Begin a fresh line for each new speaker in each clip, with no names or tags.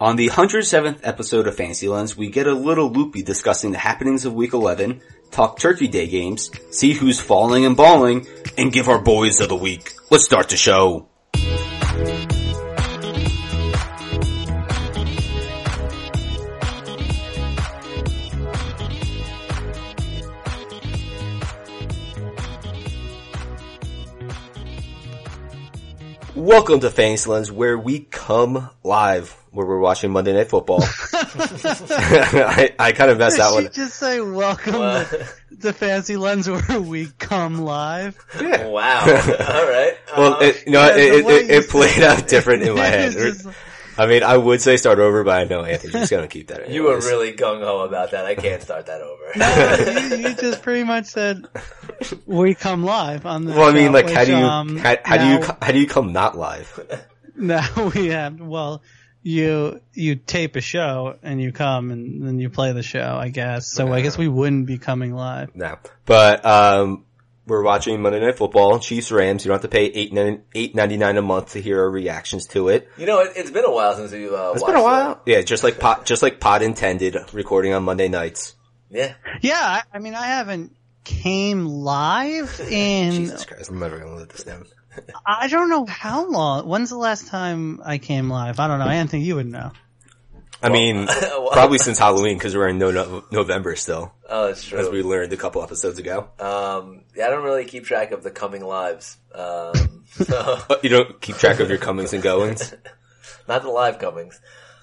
On the 107th episode of Fantasylands, we get a little loopy discussing the happenings of week 11, talk Turkey Day games, see who's falling and balling, and give our boys of the week. Let's start the show. Welcome to Fantasylands, where we come live, where we're watching Monday Night Football. I, I kind of messed that
Did
one.
she just say welcome
Wow.
to, to Fancy Lens where we come live?
Yeah.
wow. All right.
Well,
Uh,
it, you know,
yeah, the
it,
way
it, it
you
played out different in my head.
It's just-
I mean, I would say start over, but I know Anthony's gonna keep that.
you were
anyways.
really gung ho about that. I can't start that over.
you, you just pretty much said we come live on the
Well, I mean,
show,
like, how
which,
do you
um,
how, how do
now,
you co- how do you come not live?
now we have well you you tape a show and you come and then you play the show I guess so I guess we wouldn't be coming live
No, but um, we're watching Monday Night Football, Chiefs Rams. You don't have to pay eight nine eight ninety nine a month to hear our reactions to it.
You know, it, it's been a while since you uh,
It's
watched
been a
it.
while. Yeah, just like pot, just like pot intended, recording on Monday nights.
Yeah.
yeah I, I mean I haven't came live in
Jesus Christ, I'm never gonna let this down.
I don't know how long when's the last time I came live I don't know Anthony you would know
I mean,
well-
probably since Halloween because we're in no, no, November still,
Oh, that's true.
as we learned a couple episodes ago.
um, yeah, I don't really keep track of the coming lives. Um, so,
But you don't keep track of your comings and goings.
not the live comings.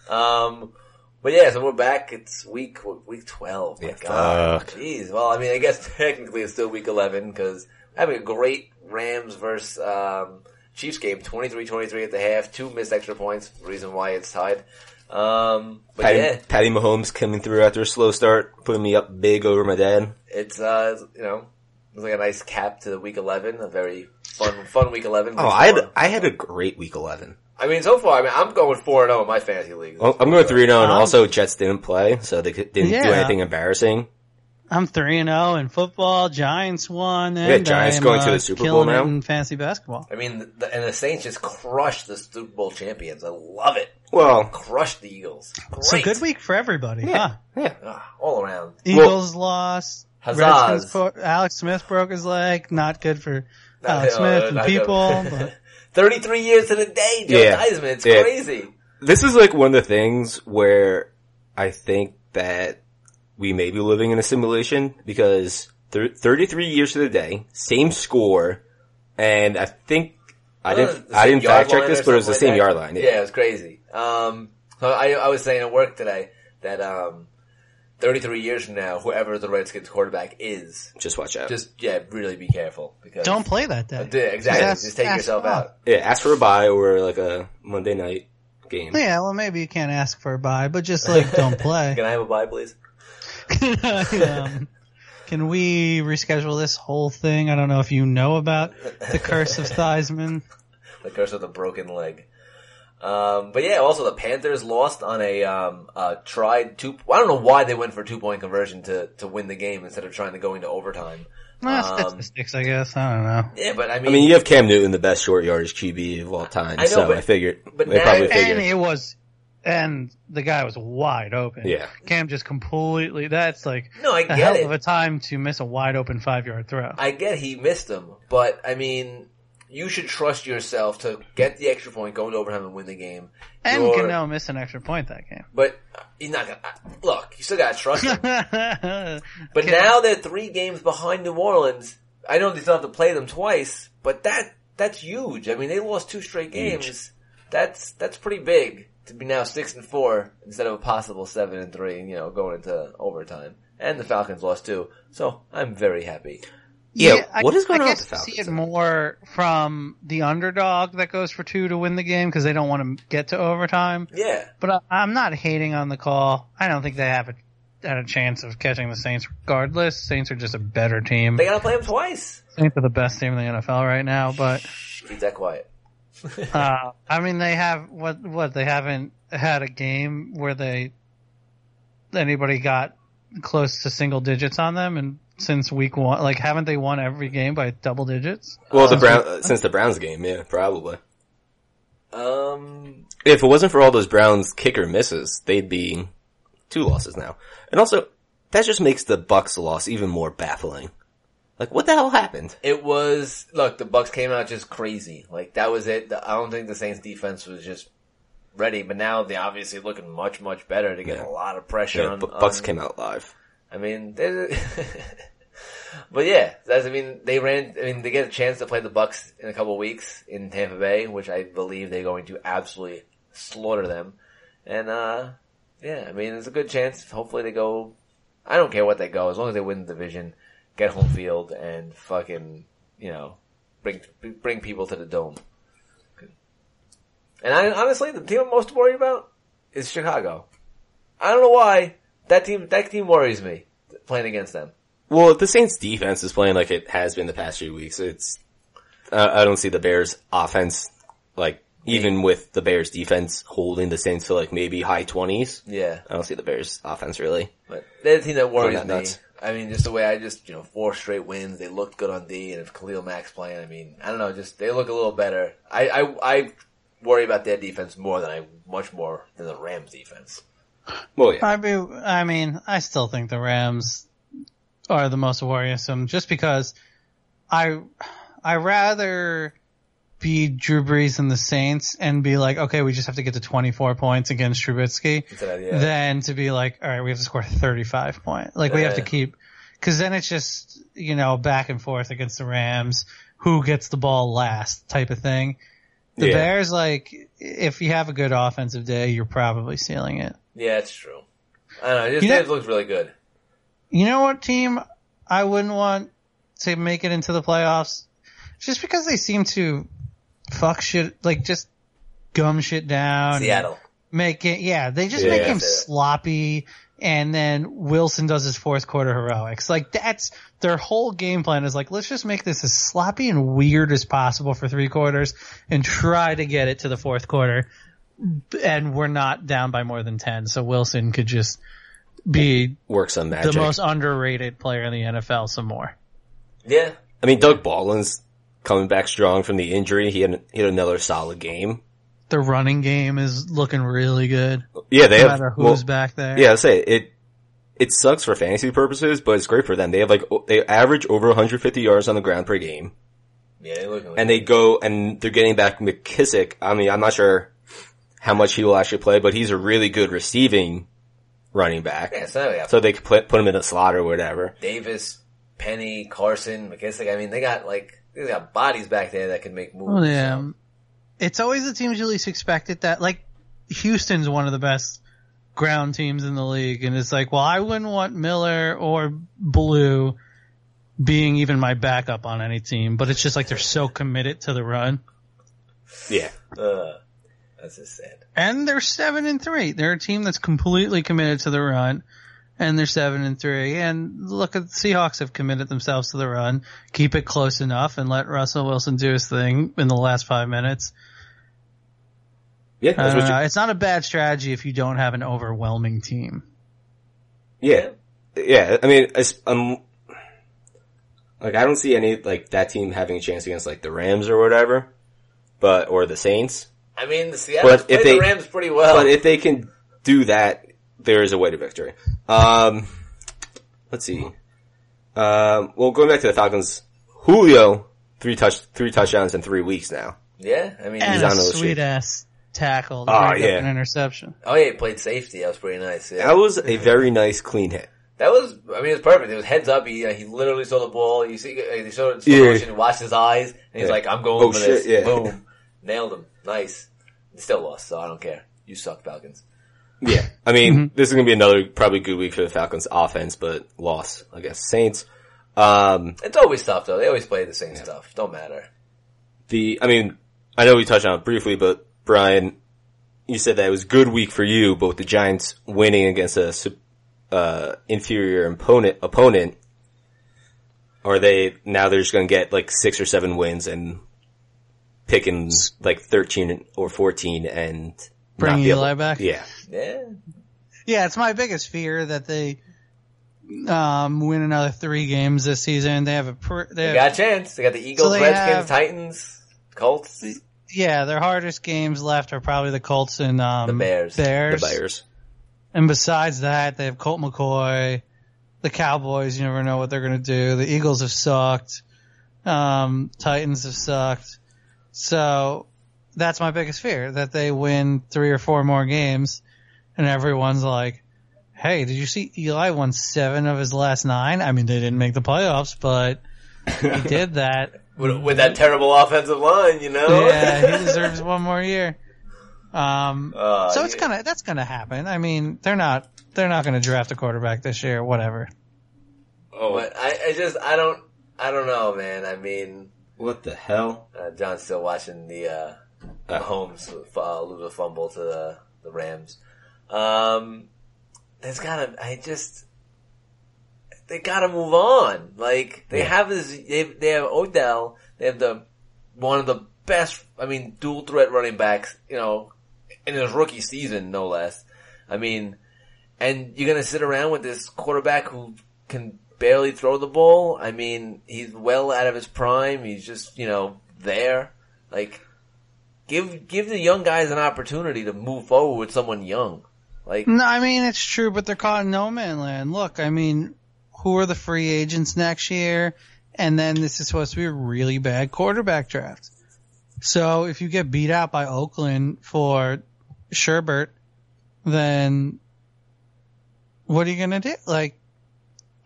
Um, but yeah, so we're back. It's week week twelve. My
Yeah,
God,
fuck.
jeez. Well, I mean, I guess technically it's still week eleven because having a great Rams versus um, Chiefs game, 23-23 at the half, two missed extra points. Reason why it's tied. Um, but
Patty,
yeah,
Patty Mahomes coming through after a slow start, putting me up big over my dad.
it's uh, you know, it's like a nice cap to week eleven. A very fun fun week eleven.
Oh, I had I had a great week eleven.
I mean, so far, I mean, I'm going four and zero in my fantasy league.
Well, I'm going three and zero, and also Jets didn't play, so they could- didn't do
Um, Yeah.
anything embarrassing.
I'm three and zero in football. Giants won. And
Yeah, Giants
I am,
going to
uh,
the Super
killing
Bowl now.
it in fantasy basketball.
I mean, the, and the Saints just crushed the Super Bowl champions. I love it.
Well,
Crushed the Eagles. Great.
So good week for everybody. Huh?
yeah,
Ah, all around.
Eagles lost.
Huzzahs.
Redskins po- Alex Smith broke his leg. Not good for
No,
Alex
no,
Uh, Smith and
not good.
people. But
33 years to the day, Joe
Yeah.
Theismann. It's
Yeah.
crazy.
this is like one of the things where I think that we may be living in a simulation because thir- 33 years to the day, same score, and I think I didn't
The
I
Uh, same
didn't
yard
fact check
line
this,
or
but it was the
something
same
like
yard
that.
line.
Yeah, it was crazy. Um, so I, I was saying at work today that, um, 33 years from now, whoever the Redskins quarterback is,
just watch out.
just, yeah, really be careful because.
don't play that day.
Yeah, exactly.
Just
Just take
ask
yourself
them.
out.
yeah, ask for a bye or like a Monday night game.
Yeah, well, maybe you can't ask for a bye, but just like don't play.
Can I have a bye, please?
um, can we reschedule this whole thing? I don't know if you know about the curse of Theismann.
The curse of the broken leg. Um, but yeah, also the Panthers lost on a, um, uh, tried two, I don't know why they went for two point conversion to, to win the game instead of trying to go into overtime.
Well,
Um,
statistics, I guess. I don't know.
Yeah, but I mean,
I mean, you have Cam Newton, the best short yardage QB of all time.
I know,
so
but-
I figured,
but
they
now-
probably
and
figured.
and it was and the guy was wide open
Yeah.
cam just completely that's like
No, I
a
get
hell
it.
of a time to miss a wide open five yard throw
I get he missed them, but I mean, you should trust yourself to get the extra point, go into overtime and win the game.
and
You're-
Gano missed an extra point that game
But you're not gonna, look, you still gotta trust him. But
but
now they're three games behind New Orleans. I know they still have to play them twice, but that that's huge. I mean, they lost two straight games. That's that's pretty big to be now six and four instead of a possible seven and three. You know, going into overtime. And the Falcons lost too, so I'm very happy.
Yeah, what is going
I
on
guess
with the
you see
Falcons?
it more from the underdog that goes for two to win the game because they don't want to get to overtime
Yeah,
But I, I'm not hating on the call. I don't think they have a, had a chance of catching the Saints regardless. Saints are just a better team.
they gotta play them twice.
Saints are the best team in the NFL right now, but
Shh, keep that quiet.
uh, I mean they have what what they haven't had a game where they anybody got close to single digits on them and since week one like haven't they won every game by double digits?
uh, Well, the Brown since the Browns game, yeah, probably.
Um,
If it wasn't for all those Browns kicker misses, they'd be two losses now. And also, that just makes the Bucks loss even more baffling. Like, what the hell happened?
it was look. The Bucks came out just crazy. Like that was it. The- I don't think the Saints defense was just ready. But now they obviously looking much much better. They get
Yeah.
a lot of pressure.
Yeah,
on,
Bu- Bucks
on-
came out live.
I mean, they're- but yeah, that's. I mean, they ran. I mean, they get a chance to play the Bucks in a couple of weeks in Tampa Bay, which I believe they're going to absolutely slaughter them. And uh yeah, I mean, it's a good chance. Hopefully, they go. I don't care what they go, as long as they win the division, get home field, and fucking you know bring bring people to the dome. And I honestly, the team I'm most worried about is Chicago. I don't know why that team that team worries me playing against them.
Well, if the Saints defense is playing like it has been the past few weeks, it's, I I don't see the Bears offense, like, even with the Bears defense holding the Saints to like maybe high 20s,
Yeah,
I don't see the Bears offense really.
but they're the team that worries
Going
me.
nuts.
I mean, just the way I just you know four straight wins. They looked good on D, and if Khalil Mack's playing, I mean, I don't know, just they look a little better. I I, I worry about their defense more than I much more than the Rams defense.
Well, yeah.
I be, I mean, I still think the Rams are the most worrisome, just because I I rather be Drew Brees and the Saints and be like, okay, we just have to get to 24 points against Trubisky,
It's an idea.
than to be like, all right, we have to score 35 point. Like we have to
Yeah.
keep, because then it's just you know back and forth against the Rams, who gets the ball last type of thing. The
Yeah.
Bears, like, if you have a good offensive day, you're probably sealing it.
yeah, it's true. I don't know. Just,
You know-
it looks really good.
You know what team I wouldn't want to make it into the playoffs? Just because they seem to fuck shit, like just gum shit down.
Seattle.
Make it, yeah, they just
Yeah,
make him
that's it.
sloppy and then Wilson does his fourth quarter heroics. Like that's their whole game plan is like, let's just make this as sloppy and weird as possible for three quarters and try to get it to the fourth quarter. And we're not down by more than 10. So Wilson could just be
Works on magic.
the most underrated player in the NFL some more.
Yeah,
I mean, Doug Baldwin's coming back strong from the injury. He had, he had another solid game.
The running game is looking really good.
Yeah, they
No
have.
matter who's
well,
back there.
Yeah, I say it. It sucks for fantasy purposes, but it's great for them. They have like o- they average over 150 yards on the ground per game,
yeah, they look.
and they go and they're getting back McKissick. I mean, I'm not sure how much he will actually play, but he's a really good receiving running back.
yeah, it's not like a
So they could put, put him in a slot or whatever.
Davis, Penny, Carson, McKissick. I mean, they got like they got bodies back there that can make moves.
Well, yeah. It's always the teams you least expect it that, like, Houston's one of the best ground teams in the league. And it's like, well, I wouldn't want Miller or Blue being even my backup on any team, but it's just like they're so committed to the run.
Yeah,
So, uh, that's just sad.
and they're seven and three. They're a team that's completely committed to the run, and they're seven and three. And look at the Seahawks have committed themselves to the run, keep it close enough, and let Russell Wilson do his thing in the last five minutes.
yeah,
I
that's
don't
what you,
know. Uh, It's not a bad strategy if you don't have an overwhelming team.
Yeah. Yeah. I mean, it's, um, like I don't see any, like that team having a chance against like the Rams or whatever, but, or the Saints.
I mean, the Seattle
But
played
if
the
they-
Rams pretty well.
But if they can do that, there is a way to victory. Um, let's see. Um, well, going back to the Falcons, Julio, three touch, three touchdowns in three weeks now.
yeah, I mean,
And
on
a
those
sweet
sheets.
ass tackle to
Oh,
break up
yeah.
an interception.
oh yeah, he played safety. That was pretty nice. Yeah.
That was a very nice clean hit.
That was, I mean, it was perfect. It was heads up. He uh, he literally saw the ball. You see, uh, he saw it in slow
Yeah.
motion. Watched his eyes, and he's
Yeah.
like, "I'm going
Oh,
for
shit,
this."
yeah.
Boom, nailed him. Nice. They still lost, so I don't care. You suck, Falcons.
Yeah. Mm-hmm. I mean, this is going to be another probably good week for the Falcons offense, but loss against Saints. Um,
It's always tough though. They always play the same stuff. Don't matter.
the I mean, I know we touched on it briefly, but Brian, you said that it was a good week for you, but with the Giants winning against a sup- uh, inferior opponent, opponent, are they now they're just going to get like six or seven wins and picking like thirteen or fourteen and
Bring
not be
Eli
able-
back?
Yeah,
Yeah,
Yeah, it's my biggest fear that they um, win another three games this season. They have a pr- they
they
have
got a chance. They got the Eagles,
So they
Redskins,
have-
Titans, Colts.
yeah, their hardest games left are probably the Colts and um,
The Bears.
Bears.
The Bears.
And besides that, they have Colt McCoy, the Cowboys. You never know what they're going to do. The Eagles have sucked. Um, Titans have sucked. So that's my biggest fear that they win three or four more games, and everyone's like, "Hey, did you see Eli won seven of his last nine? I mean, they didn't make the playoffs, but he did that.
With, with that terrible offensive line, you know?
Yeah, he deserves one more year." Um,
Uh,
so it's
yeah.
gonna that's gonna happen. I mean, they're not they're not gonna draft a quarterback this year. Whatever.
Oh,
But I, I just, I don't, I don't know, man. I mean,
what the hell?
uh, John's still watching the, uh,
Uh.
Mahomes uh, lose a fumble to the, the Rams. Um, there's gotta, I just, they gotta move on. Like, they
Yeah.
have this, they, they have Odell, they have the, one of the best, I mean, dual threat running backs, you know, in his rookie season, no less. I mean, and you're gonna sit around with this quarterback who can barely throw the ball. I mean, he's well out of his prime. He's just, you know, there. Like, give, give the young guys an opportunity to move forward with someone young. Like,
No, I mean it's true, but they're caught in no man land. Look, I mean, who are the free agents next year? And then this is supposed to be a really bad quarterback draft. So if you get beat out by Oakland for Sherbert, then what are you gonna do? Like,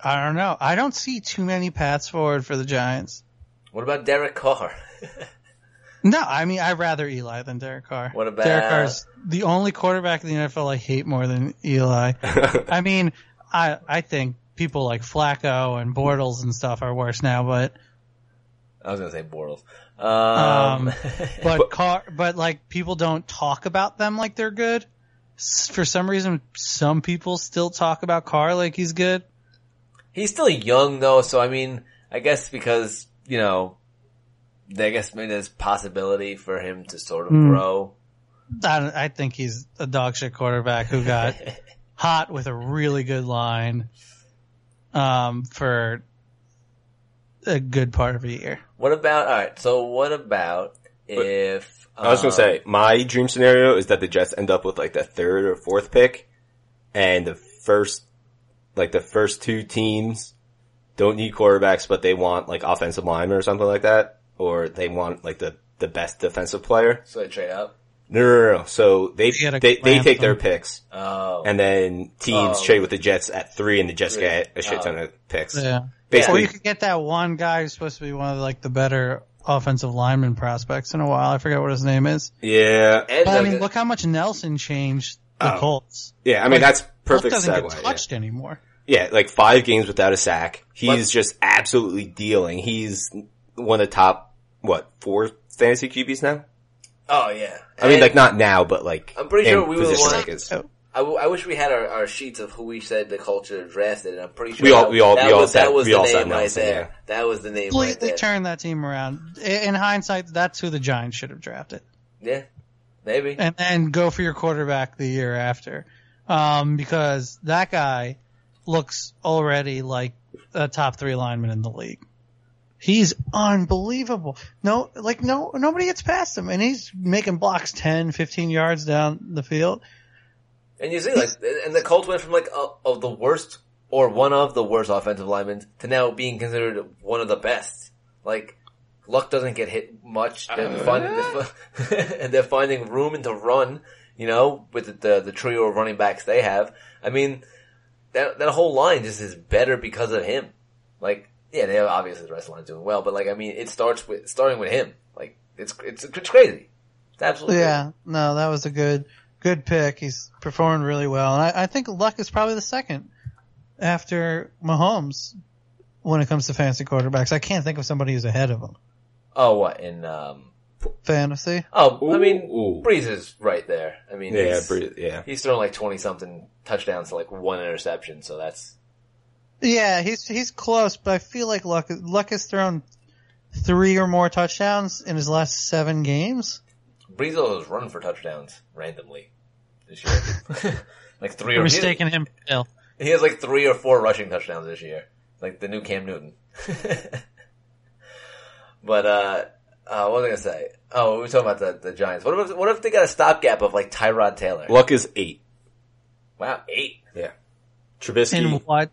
I don't know. I don't see too many paths forward for the Giants.
what about Derek Carr?
No, I mean I'd rather Eli than Derek Carr.
What about-
Derek Carr's the only quarterback in the NFL I hate more than Eli. I mean, I I think people like Flacco and Bortles and stuff are worse now, but
I was gonna say Bortles. Um,
Um, but Carr, but like people don't talk about them like they're good. S- For some reason, some people still talk about Carr like he's good.
he's still young though, so I mean, I guess because, you know, I guess maybe there's possibility for him to sort of
Hmm.
grow.
I, don't- I think he's a dog shit quarterback who got hot with a really good line um, for a good part of a year.
What about all right? So what about if
I was gonna
um,
say, my dream scenario is that the Jets end up with like the third or fourth pick, and the first, like the first two teams don't need quarterbacks, but they want like offensive linemen or something like that, or they want like the, the best defensive player.
so I trade up?
No, no, no, no. So they,
gotta
they, they,
clamp
take their
them.
picks,
Oh,
and then teams
Oh.
trade with the Jets at three, and the Jets
Three.
get a shit ton of picks.
Yeah. Or
Basically,
you could get that one guy who's supposed to be one of like the better offensive lineman prospects in a while. I forget what his name is.
yeah, yeah.
and
But I
like
mean,
a-
look how much Nelson changed the
Oh.
Colts.
I mean, that's
Colts
perfect
doesn't
segue.
get
yeah.
touched anymore.
Yeah, like five games without a sack. He's
What?
just absolutely dealing. He's one of the top, what, four fantasy QBs now?
oh yeah.
I mean,
And
like not now, but like.
I'm pretty
in
sure we were the
position
one-
rankings.
So,
I, w- I wish we had our, our sheets of who we said the culture drafted. And I'm pretty sure
We all-
that-
we all-
that
we all
was,
said-
that was
we
the
all said
name right
Nelson,
there.
yeah.
That was the name right
completely
there.
turned that team around. I- In hindsight, that's who the Giants should have drafted.
yeah, maybe.
and then go for your quarterback the year after, um, because that guy looks already like a top three lineman in the league. He's unbelievable. No, like no, nobody gets past him, and he's making blocks 10, 15 yards down the field.
And you see, like, and the Colts went from like a, of the worst or one of the worst offensive linemen to now being considered one of the best. Like, Luck doesn't get hit much. They're finding the, and they're finding room and to run. You know, with the, the trio of running backs they have. I mean, that that whole line just is better because of him. Like, yeah, they have obviously the rest of the line doing well, but like, I mean, it starts with starting with him. Like, it's it's it's crazy. It's absolutely
Yeah, no, that was a good, good pick. He's performed really well, and I, I think Luck is probably the second after Mahomes when it comes to fantasy quarterbacks. I can't think of somebody who's ahead of him.
Oh, what in um.
Fantasy.
Oh, I
Ooh,
mean,
ooh.
Breeze is right there. I mean,
Yeah,
he's,
pretty- yeah.
he's thrown like twenty something touchdowns to like one interception, so that's
Yeah, he's he's close, but I feel like Luck Luck has thrown three or more touchdowns in his last seven games.
Breeze has run for touchdowns randomly this year, like three. Or, he,
him. Bill.
he has like three or four rushing touchdowns this year, like the new Cam Newton. but uh Uh, what was I gonna say? Oh, we were talking about the, the Giants. What if what if they got a stopgap of like Tyrod Taylor?
Luck is eight.
Wow, eight
Yeah. Trubisky.
In what?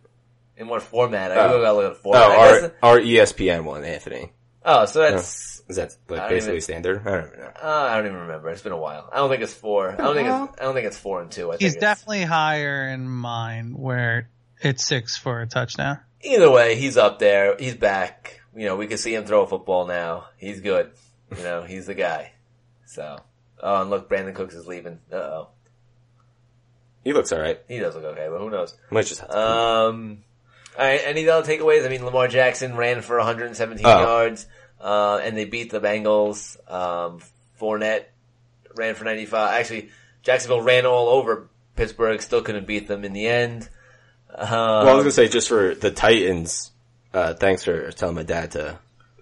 in what format? I
Oh.
gotta look at the format. I
oh,
guess-
our, our ESPN one, Anthony.
oh, so that's
Is that
I
like
don't
basically
even-
standard? I don't even know.
uh, I don't even remember. It's been a while. I don't think it's four. I don't think it's, I don't think it's four and two. I
He's
think it's-
definitely higher in mine, where it's six for a touchdown.
either way. He's up there. He's back. You know, we can see him throw a football now. He's good. You know, he's the guy. So, oh, and look, Brandon Cooks is leaving. Uh oh,
He looks alright.
he does look okay, but who knows?
Might just have to-
Um, all right. Any other takeaways? I mean, Lamar Jackson ran for 117
Oh.
yards, uh, and they beat the Bengals. Um, Fournette ran for 95. Actually, Jacksonville ran all over Pittsburgh. Still couldn't beat them in the end. Um,
well, I was gonna say just for the Titans. Uh, thanks for telling my dad to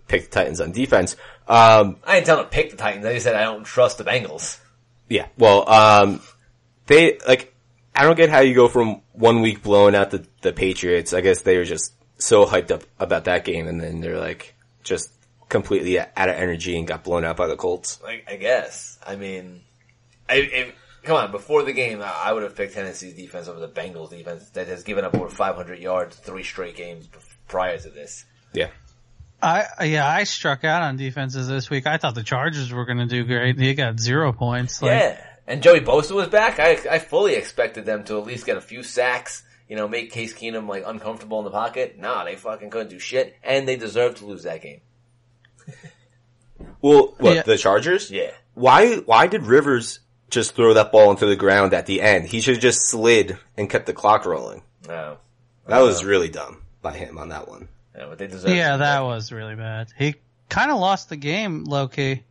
pick the Titans on defense. Um,
I didn't tell him to pick the Titans. I just said I don't trust the Bengals.
Yeah. Well, um, they like I don't get how you go from one week blowing out the the Patriots. I guess they were just so hyped up about that game, and then they're like just completely out of energy and got blown out by the Colts.
I, I guess. I mean, I, if, come on. Before the game, I, I would have picked Tennessee's defense over the Bengals defense that has given up over 500 yards three straight games bef- prior to this.
Yeah.
I yeah, I struck out on defenses this week. I thought the Chargers were going to do great. They got zero points. Like,
yeah, and Joey Bosa was back. I I fully expected them to at least get a few sacks. You know, make Case Keenum like uncomfortable in the pocket. Nah, they fucking couldn't do shit, and they deserved to lose that game.
Well, what
Yeah.
the Chargers?
Yeah,
Why? Why did Rivers just throw that ball into the ground at the end? He should have just slid and kept the clock rolling.
no,
That was
Uh-huh.
really dumb by him on that one.
no, but they deserved.
yeah, that was really bad. He kind of lost the game, low key.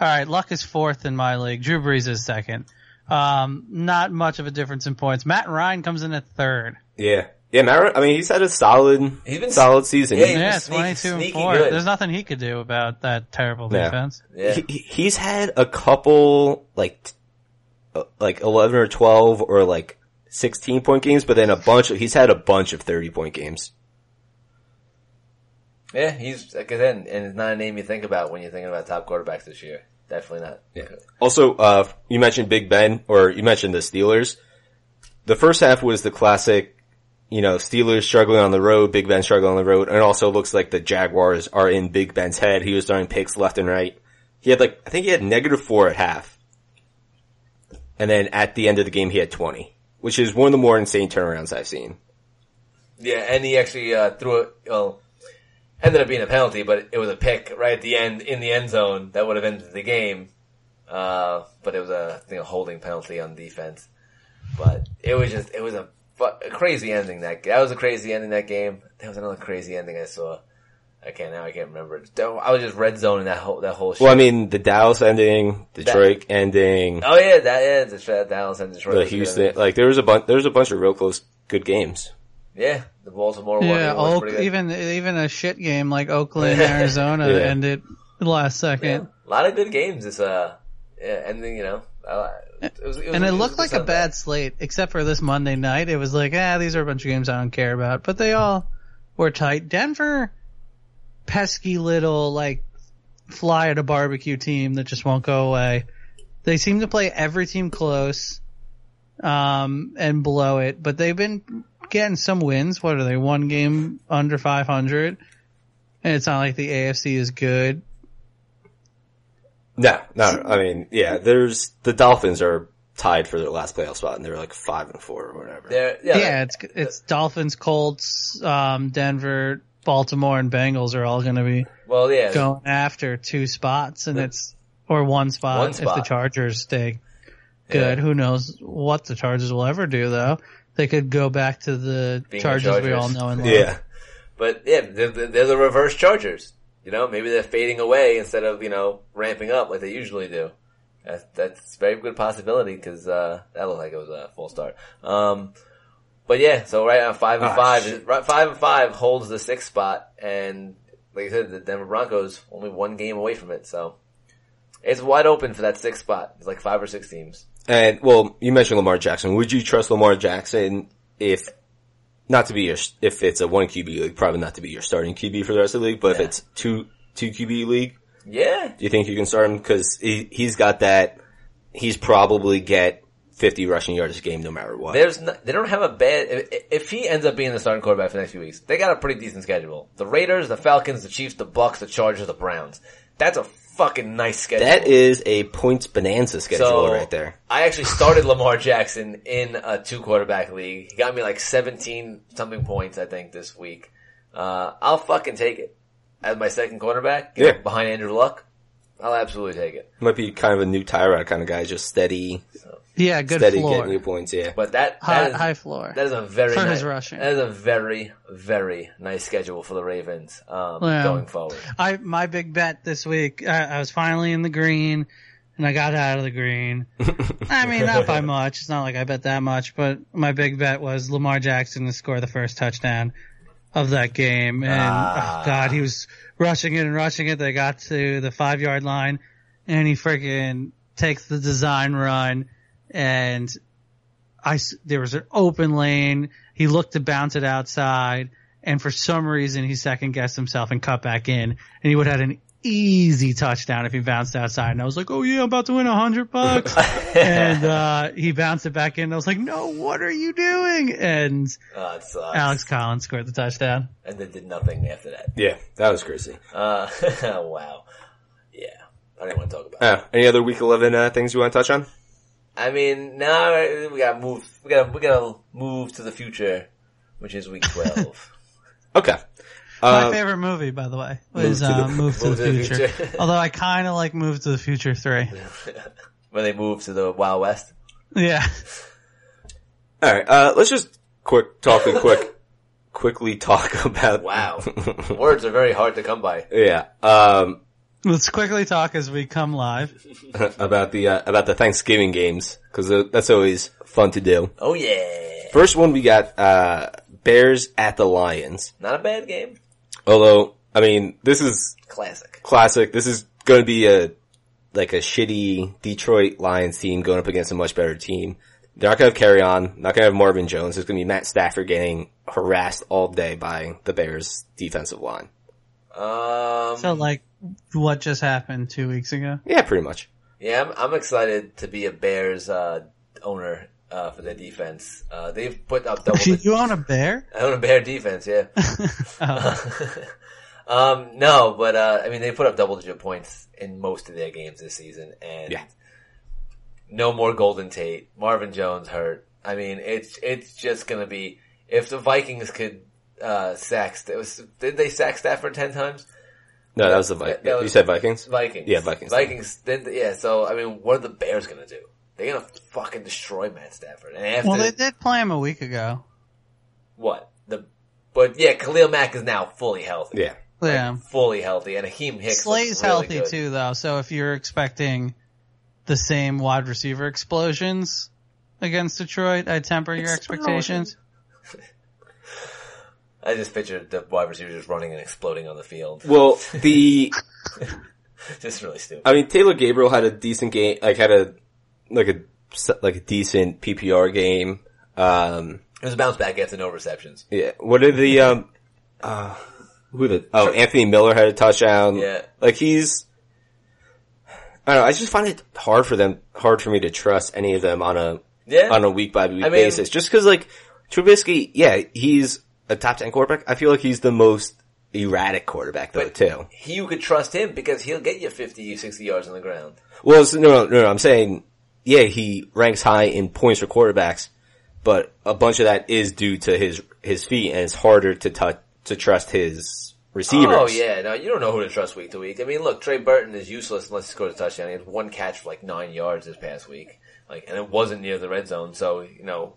All right, Luck is fourth in my league. Drew Brees is second. Um, not much of a difference in points. Matt Ryan comes in at third.
Yeah. Yeah, Mara, I mean, he's had a solid,
He's been-
solid season.
Yeah,
He-
He was
Yeah,
sneaky-
twenty-two and
sneaky
four.
good.
There's nothing he could do about that terrible
Yeah.
defense.
Yeah.
he, he's had a couple like t- uh, like 11 or 12 or like 16 point games but then a bunch of he's had a bunch of 30 point games
yeah, he's like I said, and it's not a name you think about when you're thinking about top quarterbacks this year. Definitely not. Yeah,
also uh you mentioned big ben or you mentioned the steelers the first half was the classic you know steelers struggling on the road big ben struggling on the road and it also looks like the jaguars are in big ben's head he was throwing picks left and right he had like i think he had negative four at half and then at the end of the game he had 20 which is one of the more insane turnarounds i've seen
yeah, and he actually uh, threw it. Well, ended up being a penalty, but it was a pick right at the end in the end zone that would have ended the game. Uh, but it was a, I think a holding penalty on defense. But it was just, it was a, fu- a crazy ending that, that was a crazy ending that game. That was another crazy ending I saw. I can't, now I can't remember. it. I was just red zoning that whole, that whole shit.
Well, I mean, the Dallas ending, Detroit ending,
oh yeah, that, yeah, Detroit, Dallas and Detroit.
the
was a good
Houston,
ending.
like there was a bunch, there was a bunch of real close, good games.
Yeah, the Baltimore one.
Yeah,
it was
Oak,
pretty good.
even even a shit game like Oakland, Arizona
Yeah.
ended last second.
Yeah, a lot of good games. It's uh, yeah, and then you know, uh, it was, it was,
And it
was
looked like a
Sunday.
bad slate, except for this Monday night. It was like, ah, these are a bunch of games I don't care about, but they all were tight. Denver, pesky little like fly at a barbecue team that just won't go away. They seem to play every team close, um, and blow it, but they've been getting some wins. What are they? One game under 500. And it's not like the AFC is good.
No, no, I mean, yeah, there's, the Dolphins are tied for their last playoff spot and they're like five and four or whatever.
There, yeah,
yeah, it's it's Dolphins, Colts, um, Denver, Baltimore, and Bengals are all going to be
well, yeah,
going after two spots, and it's or one spot,
One
if the
spot.
Chargers stay good. Who knows what the Chargers will ever do though? They could go back to the
Being the
Chargers, we
Chargers.
all know and love.
yeah.
but yeah, they're, they're they're the reverse Chargers. You know, maybe they're fading away instead of you know ramping up like they usually do. That's that's a very good possibility because uh, that looked like it was a full start. Um, but yeah, so right now five and
Ah,
five,
shit.
right, five and five holds the sixth spot, and like I said, the Denver Broncos only one game away from it, so it's wide open for that sixth spot. It's like five or six teams.
And well, you mentioned Lamar Jackson. Would you trust Lamar Jackson if not to be your if it's a one QB league, probably not to be your starting QB for the rest of the league, but if
Yeah.
it's two two QB league,
Yeah.
Do you think you can start him? Because he, he's got that. He's probably get 50 rushing yards a game no matter what.
There's no, they don't have a bad. If, if he ends up being the starting quarterback for the next few weeks, they got a pretty decent schedule. The Raiders, the Falcons, the Chiefs, the Bucks, the Chargers, the Browns. That's a fucking nice schedule.
that is a points bonanza schedule right there.
I actually started Lamar Jackson in a two quarterback league. He got me like 17 something points, I think, this week. Uh, I'll fucking take it as my second quarterback you know,
Yeah.
behind Andrew Luck. I'll absolutely take it.
Might be kind of a new Tyrod kind of guy, just steady,
Yeah, good
steady
floor.
getting you points. Yeah,
But that, that
high,
is-
high floor.
That is a very
For
nice,
his rushing.
That is a very, very nice schedule for the Ravens um,
Yeah.
going forward.
I my big bet this week. I, I was finally in the green, and I got out of the green. I mean, not by much. It's not like I bet that much, but my big bet was Lamar Jackson to score the first touchdown of that game, and oh god, he was rushing it and rushing it. They got to the five yard line, and he freaking takes the design run, and I s- there was an open lane. He looked to bounce it outside, and for some reason he second guessed himself and cut back in, and he would have had an easy touchdown if he bounced outside. And I was like, "Oh yeah, I'm about to win a hundred bucks," and uh, he bounced it back in. And I was like, "No, what are you doing?" And
Uh, it sucks.
Alex Collins scored the touchdown.
And they did nothing after that.
yeah, that was crazy.
Uh, wow. Yeah. I didn't want to talk about it.
Uh, any other week 11 uh, things you want to touch on?
I mean, now we gotta move, we gotta, we gotta move to the future, which is week 12.
Okay.
My
Uh,
favorite movie, by the way, was
Move to the-
uh, Move to the Future. Although I kind of like Move to the Future three.
when they move to the Wild West.
Yeah,
all right. Uh, let's just quick talk and quick, quickly talk about.
Wow. Words are very hard to come by.
Yeah. Um,
let's quickly talk as we come live.
about the uh, about the Thanksgiving games because that's always fun to do.
Oh yeah.
First one we got uh, Bears at the Lions.
Not a bad game.
Although I mean this is
Classic.
classic. This is going to be a like a shitty Detroit Lions team going up against a much better team. They're not going to carry on. Not going to have Marvin Jones. It's going to be Matt Stafford getting harassed all day by the Bears defensive line.
Um,
So like, what just happened two weeks ago?
Yeah, pretty much.
Yeah, I'm, I'm excited to be a Bears uh, owner uh, for their defense. Uh, they've put up double. the-
you own a bear?
I own a Bear defense, yeah. um, no, but uh, I mean, they put up double digit points in most of their games this season, and
Yeah.
no more Golden Tate, Marvin Jones hurt. I mean, it's it's just gonna be if the Vikings could uh, sack. St- was, did they sack Stafford ten times?
No, that was the Vikings.
That- that was-
you said Vikings.
Vikings.
Yeah, Vikings.
Vikings. Then yeah. So I mean, what are the Bears gonna do? They're gonna fucking destroy Matt Stafford. And after
Well, they did play him a week ago.
what the, but yeah, Khalil Mack is now fully healthy.
Yeah.
Yeah,
fulully healthy, and Hakeem Hicks
Slade's
looks really
healthy
good.
too, though. So if you're expecting the same wide receiver explosions against Detroit, I temper your expectations.
I just pictured the wide receiver just running and exploding on the field.
Well, the
Just really stupid.
I mean, Taylor Gabriel had a decent game, like had a, like a, like a decent PPR game. Um,
It was a bounce back after no receptions.
yeah. What are the, um, uh, who the, oh, Anthony Miller had a touchdown.
Yeah.
Like he's, I don't know, I just find it hard for them, hard for me to trust any of them on a,
Yeah.
on a week by week
I mean-
basis. Just cause like, Trubisky, yeah, he's a top 10 quarterback. I feel like he's the most erratic quarterback though,
But-
too.
He, you could trust him because he'll get you 50, 60 yards on the ground.
Well, it's, no, no, no, I'm saying, yeah, he ranks high in points for quarterbacks, but a bunch of that is due to his, his feet and it's harder to touch, to trust his receivers.
Oh yeah, no, you don't know who to trust week to week. I mean, look, Trey Burton is useless unless he scores a touchdown. He had one catch for like nine yards this past week, like, and it wasn't near the red zone, so you know,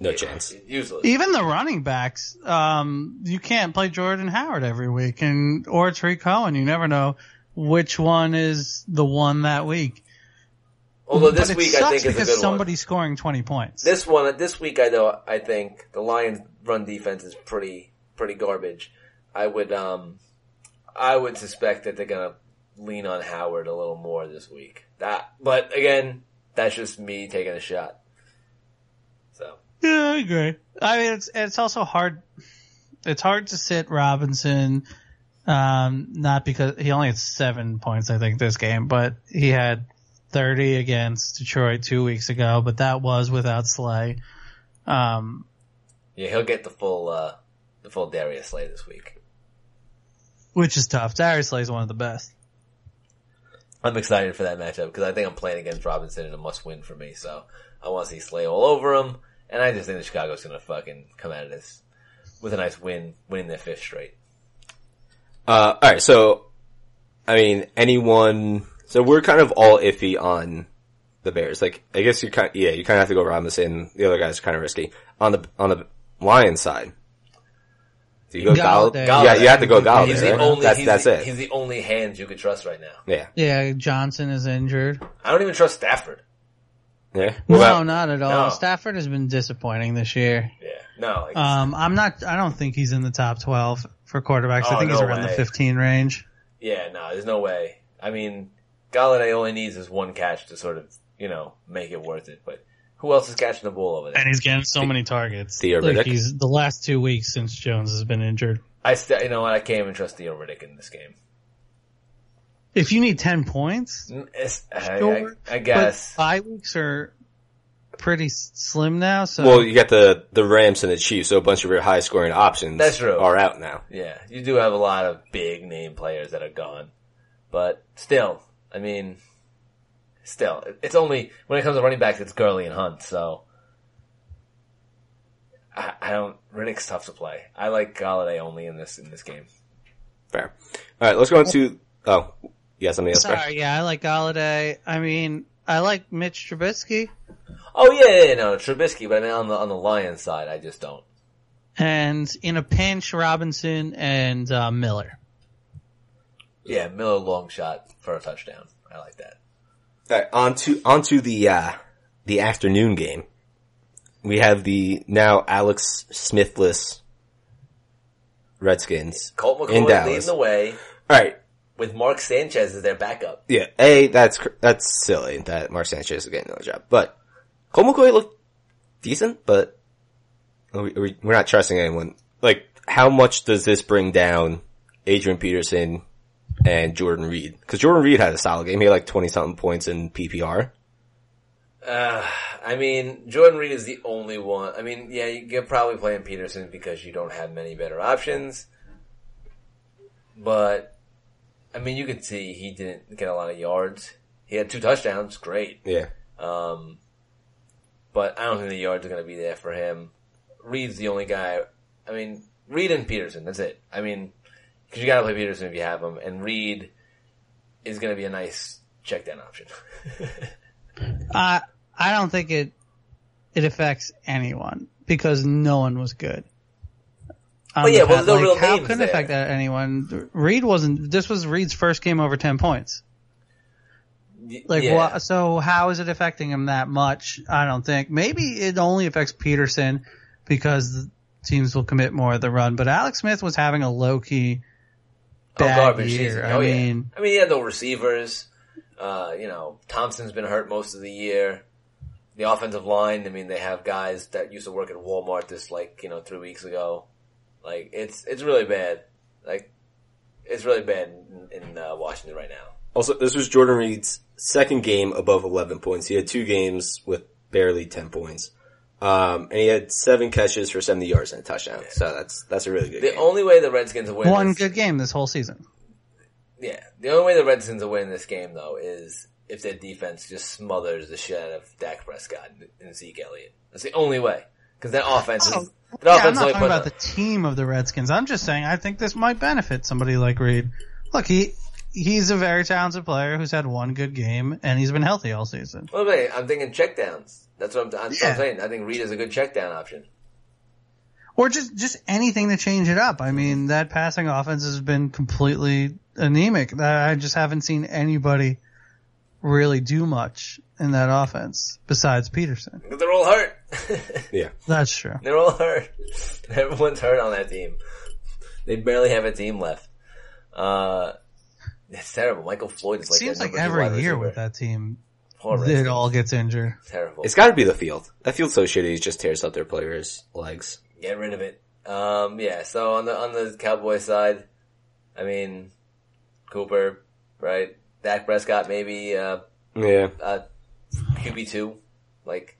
No chance.
useless.
Even the running backs, um, you can't play Jordan Howard every week, and or Tree Cohen. You never know which one is the one that week.
Although
But
this
it
week
sucks
I think is a
because
good one.
somebody's scoring twenty points.
This one, this week, I know I think the Lions' run defense is pretty pretty garbage. I would um, I would suspect that they're gonna lean on Howard a little more this week. That, but again, that's just me taking a shot. So
Yeah, I agree. I mean, it's it's also hard. It's hard to sit Robinson Um, not because he only had seven points, I think, this game, but he had 30 against Detroit two weeks ago, but that was without Slay. Um,
Yeah, he'll get the full uh, the full Darius Slay this week.
which is tough. Darius Slay's one of the best.
I'm excited for that matchup because I think I'm playing against Robinson and a must win for me. So I want to see Slay all over him, and I just think that Chicago's going to fucking come out of this with a nice win, winning their fifth straight.
Uh, all right, so I mean, anyone? So we're kind of all iffy on the Bears. Like, I guess you kind, yeah, you kind of have to go Robinson. The other guys are kind of risky on the on the Lions side. Do you go Gall-
Galladay.
Yeah, you have to go Galladay.
He's the
right?
only
Oh, that's
he's
that's
the,
it.
He's the only hand you could trust right now.
Yeah,
Yeah, Johnson is injured.
I don't even trust Stafford.
yeah. What
No,
about-
not at all.
No.
Stafford has been disappointing this year.
Yeah, no, like,
Um, I'm not, I don't think he's in the top 12 for quarterbacks.
Oh,
I think he's
no
around the
way.
15 range.
yeah, no, there's no way. I mean, Galladay only needs his one catch to sort of you know make it worth it. But who else is catching the ball over there?
And he's getting so many targets.
Theo
like
Riddick.
he's the last two weeks since Jones has been injured.
I st- you know what? I can't even trust Theo Riddick in this game.
If you need 10 points,
Mm, it's- I-
sure,
I, I guess.
But uh, bye weeks are pretty s- slim now. So
well, you got the the Rams and the Chiefs, so a bunch of your high scoring options
That's true.
are out now.
Yeah, you do have a lot of big name players that are gone, but still, I mean, still, it's only when it comes to running backs, it's Gurley and Hunt. So I, I don't. Riddick's tough to play. I like Galladay only in this in this game.
Fair. All right, let's go into. Oh, you got something else? Fair?
sorry, yeah, I like Galladay. I mean, I like Mitch Trubisky,
Oh yeah, yeah, no, Trubisky, but I mean on the on the Lions side, I just don't.
and in a pinch, Robinson and uh, Miller.
Yeah, Miller long shot for a touchdown. I like that.
All right, on to on to the uh, the afternoon game. We have the now Alex Smithless Redskins
Colt
in
McCoy leading
Dallas.
the way
All right,
with Mark Sanchez as their backup.
yeah. A that's cr- that's silly that Mark Sanchez is getting another job, but Cole McCoy looked decent, but are we, are we, we're not trusting anyone. Like, how much does this bring down Adrian Peterson and Jordan Reed? Because Jordan Reed had a solid game. He had like twenty something points in PPR.
Uh, I mean, Jordan Reed is the only one. I mean, yeah, you could probably play in Peterson because you don't have many better options. But, I mean, you can see he didn't get a lot of yards. He had two touchdowns, great.
Yeah.
Um, but I don't think the yards are going to be there for him. Reed's the only guy. I mean, Reed and Peterson. That's it. I mean, because you got to play Peterson if you have him, and Reed is going to be a nice check down option.
I I don't think it it affects anyone because no one was good. Um,
Well, yeah, well, no real
how
names
could
there.
it affect that anyone? Reed wasn't. This was Reed's first game over ten points. Like,
Yeah.
wha- so how is it affecting him that much? I don't think. Maybe it only affects Peterson because the teams will commit more of the run. But Alex Smith was having a low key
Oh,
bad year.
season.
I
Oh, yeah.
mean,
I mean, he had no receivers. Uh, you know, Thompson's been hurt most of the year. The offensive line, I mean, they have guys that used to work at Walmart just like, you know, three weeks ago. Like, it's, it's really bad. Like, it's really bad in, in uh, Washington right now.
Also, this was Jordan Reed's second game above 11 points. He had two games with barely 10 points. Um, and he had seven catches for 70 yards and a touchdown. So that's, that's a really good
The
game.
only way the Redskins win
one
is,
good game this whole season.
yeah, the only way the Redskins will win this game though is if their defense just smothers the shit out of Dak Prescott and- and Zeke Elliott. That's the only way. Cause their offense is,
Oh, Yeah,
their
I'm
offense
not
only
talking
put
about
up-
the team of the Redskins. I'm just saying I think this might benefit somebody like Reed. Look, he he's a very talented player who's had one good game and he's been healthy all season.
Well, wait, I'm thinking checkdowns. That's what I'm, that's what
Yeah.
I'm saying. I think Reed is a good checkdown option.
Or just just anything to change it up. I mean, that passing offense has been completely anemic. I I just haven't seen anybody really do much in that offense besides Peterson.
But They're all hurt.
yeah.
That's true.
They're all hurt. Everyone's hurt on that team. They barely have a team left. Uh, it's terrible. Michael Floyd is
It
like
seems
their
like
number two
every
wide
year
receiver.
with that team,
Poor
it
Redskins.
all gets injured.
terrible.
It's gotta be the field. That field's so shitty, it just tears up their players' legs.
Get rid of it. Um, yeah. So on the on the Cowboy side, I mean, Cooper, right? Dak Prescott, maybe uh,
Yeah.
uh, QB two. Like,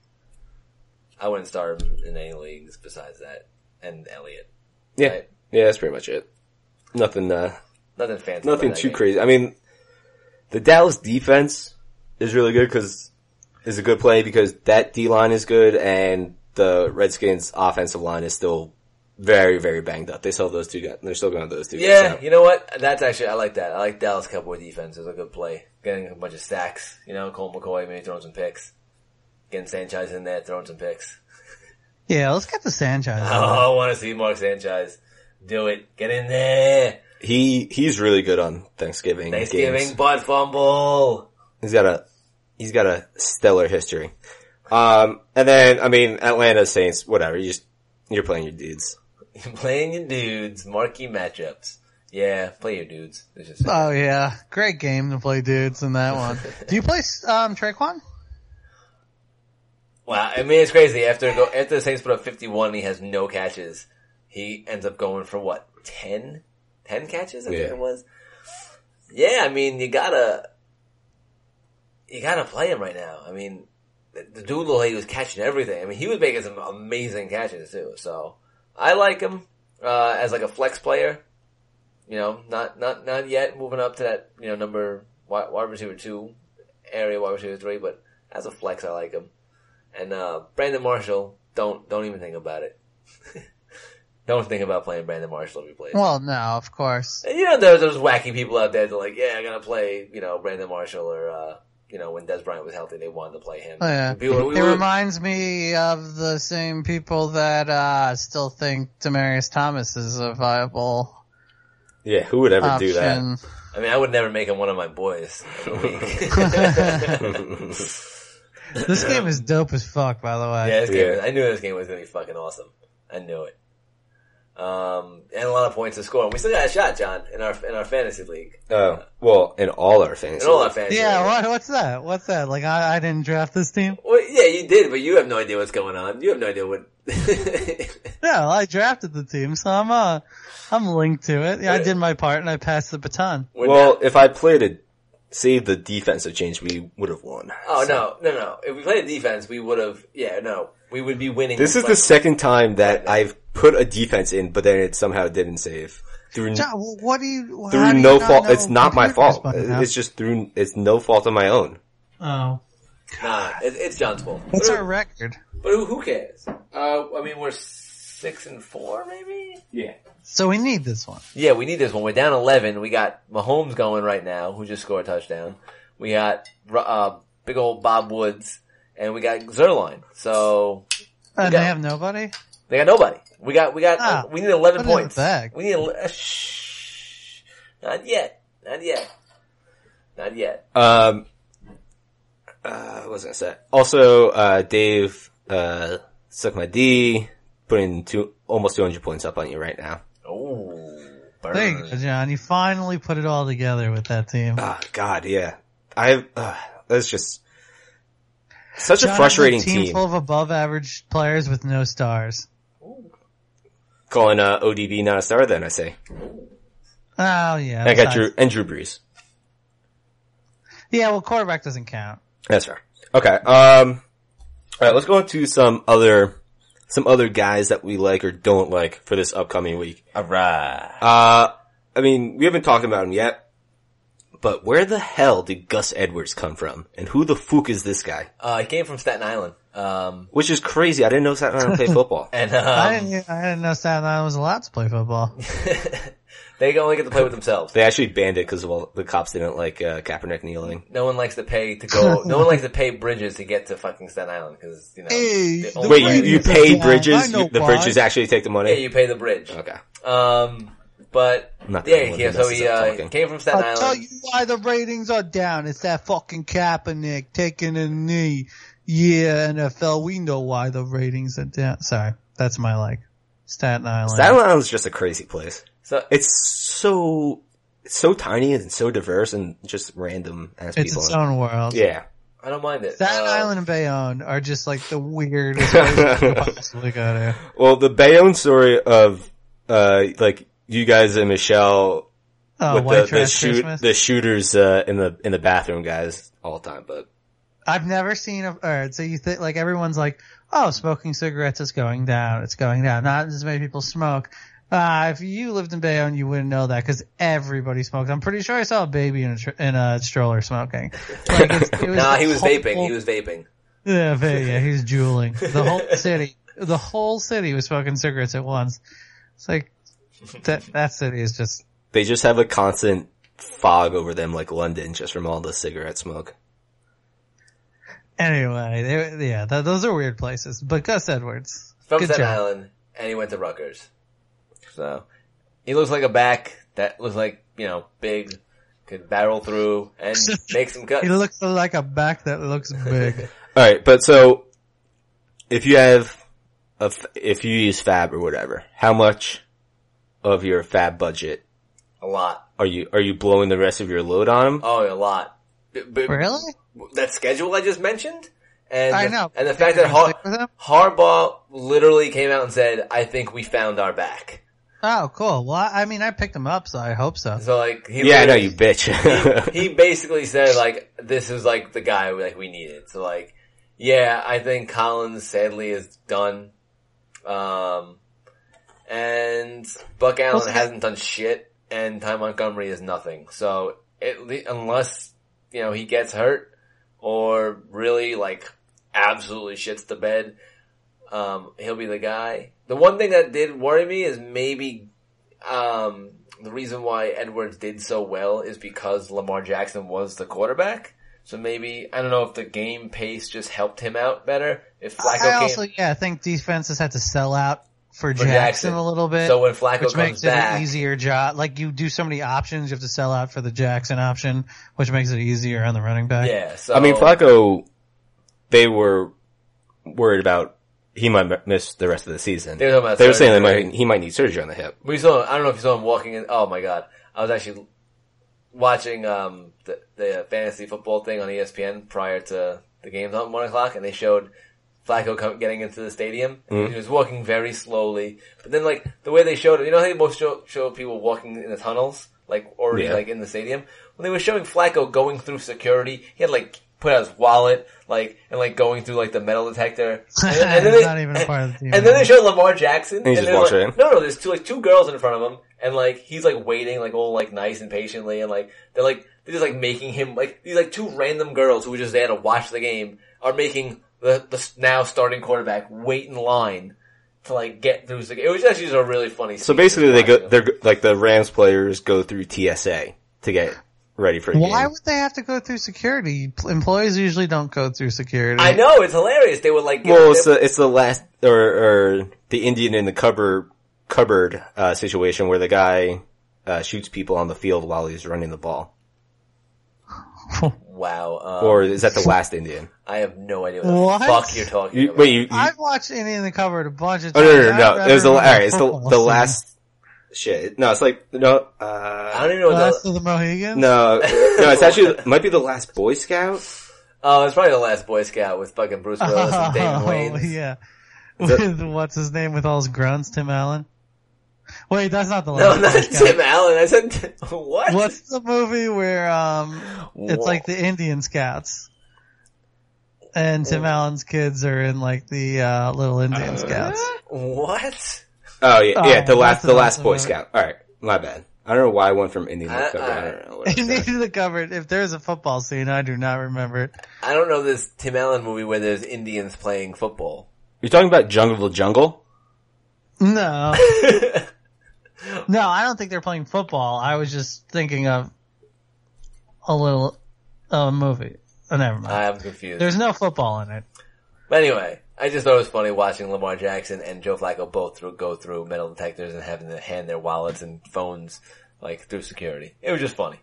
I wouldn't start him in any leagues besides that and Elliott.
Yeah.
Right.
Yeah, that's pretty much it. Nothing, uh,
Nothing fancy. about
nothing
that
too
game.
crazy. I mean, the Dallas defense is really good because is a good play because that D line is good and the Redskins offensive line is still very, very banged up. They still have those two guys. They're still going to those two
Yeah,
guys. out.
you know what? That's actually I like that. I like Dallas Cowboy defense. It was a good play, getting a bunch of sacks. You know, Colt McCoy maybe throwing some picks, getting Sanchez in there throwing some picks.
Yeah, let's get the Sanchez. out.
Oh, I want to see Mark Sanchez do it. Get in there.
He, he's really good on Thanksgiving.
Thanksgiving
games.
butt fumble.
He's got a, he's got a stellar history. Um, and then, I mean, Atlanta Saints, whatever. You just, you're playing your dudes.
You're playing your dudes, marquee matchups. Yeah, play your dudes. It's just-
Oh yeah, great game to play dudes in that one. Do you play um Traquan?
Wow, I mean it's crazy. After go, after the Saints put up 51, he has no catches. He ends up going for what 10? 10 catches? I
Yeah.
think it was. Yeah, I mean you gotta you gotta play him right now. I mean the, the dude looked like he was catching everything. I mean he was making some amazing catches too. So I like him uh, as like a flex player. You know, not not not yet moving up to that you know number wide, wide receiver two area, wide receiver three, but as a flex, I like him. And uh, Brandon Marshall, don't don't even think about it. don't think about playing Brandon Marshall if you play.
Well, no, of course.
And you know, there's those wacky people out there that are like, yeah, I'm gonna play, you know, Brandon Marshall or uh, you know, when Des Bryant was healthy, they wanted to play him.
Oh, yeah.
We were- we
it
were-
reminds me of the same people that uh, still think Demarius Thomas is a viable
Yeah, who would ever do that?
option.
I mean, I would never make him one of my boys. of the week.
This game is dope as fuck, by the way.
yeah, this game.
Yeah.
I knew this game was gonna be fucking awesome. I knew it. Um, and a lot of points to score. And we still got a shot, John, in our in our fantasy league.
Oh, well, in all our fantasy.
In all our
leagues.
fantasy.
Yeah,
leagues.
what, what's that? What's that? Like, I, I didn't draft this team.
Well, yeah, you did, but you have no idea what's going on. You have no idea what.
No, I drafted the team, so I'm uh, I'm linked to it. Yeah, I
Yeah.
did my part and I passed the baton.
We're
well,
not-
if I played a, save the defensive change, we would have won.
oh
So-
no, no, no! If we played defense, we would have. Yeah, no, we would be winning.
This is
but-
the second time that I've put a defense in, but then it somehow didn't save. Through,
John, well, what do you? how
through
do you
no
not
fault,
know
it's not my
computers
fault.
by now?
It's just through, it's no fault of my own.
oh,
Nah, it, it's John's fault.
what's
but,
our record?
but who- who cares? Uh, I mean, we're six and four, maybe.
Yeah.
So we need this one.
Yeah, we need this one. We're down eleven. We got Mahomes going right now, who just scored a touchdown. We got uh, big old Bob Woods, and we got Zerline. So
And
Yeah.
they have nobody.
They got nobody. We got, we got,
Ah,
we need 11
put it in the
points.
bag.
We need, ele- uh, shh. Not yet. Not yet. Not yet.
Um, uh, what was I gonna say? Also, uh, Dave, uh, suck my D, putting two, almost 200 points up on you right now.
Oh,
There you go, John. You finally put it all together with that team.
Ah, God, yeah. I, uh, that's just such
John
a
has
frustrating
a team,
team.
full of above average players with no stars.
Calling, uh, ODB not a star then, I say.
Oh yeah,
I got
besides-
Drew, and Drew Brees.
Yeah, well, quarterback doesn't count.
That's fair. Okay. Um. All right. Let's go into some other some other guys that we like or don't like for this upcoming week.
Alright.
Uh. I mean, we haven't talked about him yet, but where the hell did Gus Edwards come from, and who the fuck is this guy?
Uh, he came from Staten Island. Um,
Which is crazy. I didn't know Staten Island played football.
and,
I
um,
didn't. I didn't know Staten Island was allowed to play football.
they only get to play with themselves.
They actually banned it because well, the cops didn't like uh, Kaepernick kneeling.
No one likes to pay to go, no one likes to pay bridges to get to fucking Staten Island, cause, you know.
Hey,
the
the
only-
Wait,
Right,
you, you
it's a
pay
ban. I
Bridges?
know
You, the
why.
Bridges actually take the money?
yeah, you pay the bridge.
okay.
Um, but,
Not the
yeah,
only one
yeah,
who
so
messes
he,
up
uh,
talking.
came from Staten
I'll
Island.
tell you why the ratings are down. It's that fucking Kaepernick taking a knee. Yeah, NFL, we know why the ratings are down. Sorry, that's my like Staten Island.
Staten Island's just a crazy place.
So,
it's so it's so tiny and so diverse and just random as
it's
people.
its own world.
yeah.
I don't mind it.
Staten
Uh,
Island and Bayonne are just like the weirdest places you could possibly go to.
Well, the Bayonne story of uh like you guys and Michelle
Oh,
with
White
the, the,
Trash
shoot,
Christmas.
the shooters uh, in the in the bathroom guys all the time. But
I've never seen a. All right, so you think like everyone's like, oh, smoking cigarettes is going down. It's going down. Not as many people smoke. Uh, if you lived in Bayonne, you wouldn't know that because everybody smoked. I'm pretty sure I saw a baby in a, tr- in a stroller smoking. Like it's, it was
Nah,
the
he was
whole-
vaping. He was vaping.
yeah, va- yeah, he was juuling. The whole city, the whole city was smoking cigarettes at once. It's like that. That city is just
they just have a constant fog over them, like London, just from all the cigarette smoke.
anyway. They, yeah, th- those are weird places. But Gus Edwards,
From
good
Staten
job.
Island, and he went to Rutgers. So he looks like a back that looks like you know big, could barrel through and make some cuts.
He looks like a back that looks big.
All right, but so if you have a f- if you use Fab or whatever, how much of your Fab budget
a lot.
are you are you blowing the rest of your load on them?
Oh, a lot. B- b-
really?
That schedule I just mentioned, and
I
the-
know.
and the fact that
You're gonna
Har-
stick with him?
Harbaugh literally came out and said, "I think we found our back."
Oh, cool. Well, I I mean, I picked him up, so I hope so.
So like, he
yeah, I know
literally-
you bitch.
he basically said like this was like the guy like we needed. So like, yeah, I think Collins sadly is done. Um, and Buck Allen
Well,
hasn't done shit, and Ty Montgomery is nothing. So at le- unless you know he gets hurt or really like absolutely shits the bed, um, he'll be the guy. The one thing that did worry me is maybe um, the reason why Edwards did so well is because Lamar Jackson was the quarterback. So maybe I don't know if the game pace just helped him out better. If Flacco
I
came,
also, yeah, I think defenses had to sell out for,
For
Jackson,
Jackson.
a little bit.
so when Flacco
which
comes
makes it
back,
an easier job. Like you do so many options, you have to sell out for the Jackson option, which makes it easier on the running back.
yeah. So
I mean, Flacco, they were worried about he might m- miss the rest of the season.
They were talking about
They were saying they
surgery.
might, he might need surgery on the hip.
We saw. I don't know if you saw him walking in. Oh my god! I was actually watching um, the the fantasy football thing on E ESPN prior to the games on one o'clock, and they showed Flacco come, getting into the stadium. And
Mm-hmm.
He was walking very slowly, but then like the way they showed it, you know how they most show, show people walking in the tunnels, like already
Yeah.
like in the stadium. When they were showing Flacco going through security, he had like put out his wallet, like and like going through like the metal detector. And then- and then
He's
they-
not even a part of the team
And then they showed Lamar Jackson.
he just
they're
walks
like-
right in.
no, no, there's two like two girls in front of him, and like he's like waiting, like all like nice and patiently, and like they're like they're just like making him like these like two random girls who were just there to watch the game are making the the s- now starting quarterback wait in line to like get through. The, it was actually just a really funny.
So
scene
basically,
to
they
watch,
go, they're like the Rams players go through TSA to get ready for a
Why
game.
would they have to go through security? Employees usually don't go through security.
I know it's hilarious. They were like, you
Well,
know,
it's
they-
the it's the last or, or the Indian in the cupboard cupboard uh, situation where the guy uh, shoots people on the field while he's running the ball.
wow. Um,
Or is that the last Indian?
I have no idea what the
What?
fuck you're talking
You,
about.
wait, you, you-
I've watched Indian in the Cupboard a bunch of
oh
times.
no no no!
I'd
no.
rather
It was the all
remember
right. It's the
football
the
scene.
last shit. No, it's like no
I
uh
don't even know. What
Last
the,
of the Mohegans.
no uh, no. It's actually it might be the last Boy Scout.
oh, it's probably the last Boy Scout with fucking Bruce Willis and Damon Wayans.
Oh, yeah.
Is that-
With what's his name with all his grunts, Tim Allen. Wait, that's not the
No,
last.
not
Boy Scout.
Tim Allen. I said what?
What's the movie where um it's
Wha-
like the Indian Scouts and
Oh.
Tim Allen's kids are in like the uh, little Indian Scouts?
What?
Oh yeah, yeah.
Oh,
The last,
that's
the last
awesome.
Boy Scout. All right, my bad. I don't know why I went from Indian to
I-
Cobra. I don't know. what I was
Indian
saying.
in the cupboard. If there's a football scene, I do not remember it.
I don't know this Tim Allen movie where there's Indians playing football.
You're talking about Jungle to Jungle.
No. no, I don't think they're playing football. I was just thinking of a little uh, movie. Oh, never mind.
I'm confused.
There's no football in it.
but anyway, I just thought it was funny watching Lamar Jackson and Joe Flacco both through go through metal detectors and having to hand their wallets and phones like through security. It was just funny.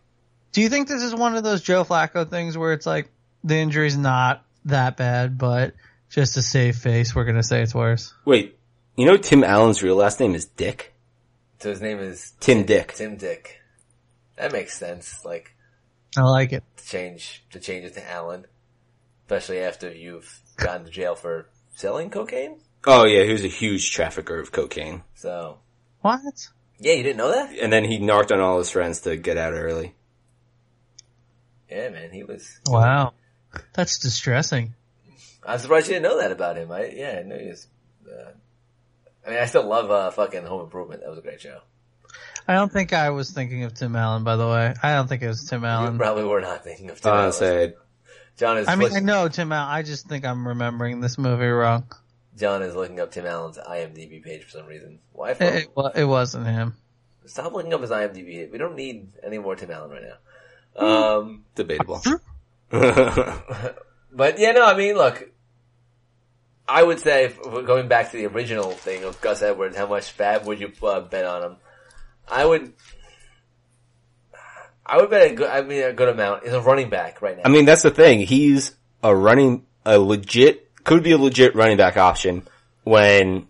Do you think this is one of those Joe Flacco things where it's like the injury's not that bad, but just to save face, we're gonna say it's worse?
Wait, you know Tim Allen's real last name is Dick.
So his name is
Tim Dick.
Tim Dick. That makes sense. Like
I like it.
to change to change it to Allen, especially after you've gone to jail for selling cocaine.
Oh yeah, he was a huge trafficker of cocaine.
So
What?
Yeah, you didn't know that?
and then he narked on all his friends to get out early.
Yeah, man, he was.
Wow, that's distressing.
I'm surprised you didn't know that about him. I yeah, I knew he was. Uh, I mean, I still love uh, fucking Home Improvement. That was a great show.
I don't think I was thinking of Tim Allen. By the way, I don't think it was Tim
you
Allen.
probably were not thinking of Tim Allen.
Honestly,
John is.
I mean,
look-
I know Tim Allen. I just think I'm remembering this movie wrong.
John is looking up Tim Allen's IMDb page for some reason. Why?
It, it, wa- it wasn't him.
Stop looking up his IMDb. We don't need any more Tim Allen right
Hmm.
now. Um,
debatable.
but yeah, no, I mean, look, I would say if we're going back to the original thing of Gus Edwards, how much fab would you uh, bet on him? I would, I would bet a good, I mean, a good amount. He's a running back right now.
I mean, that's the thing. He's a running, a legit, could be a legit running back option when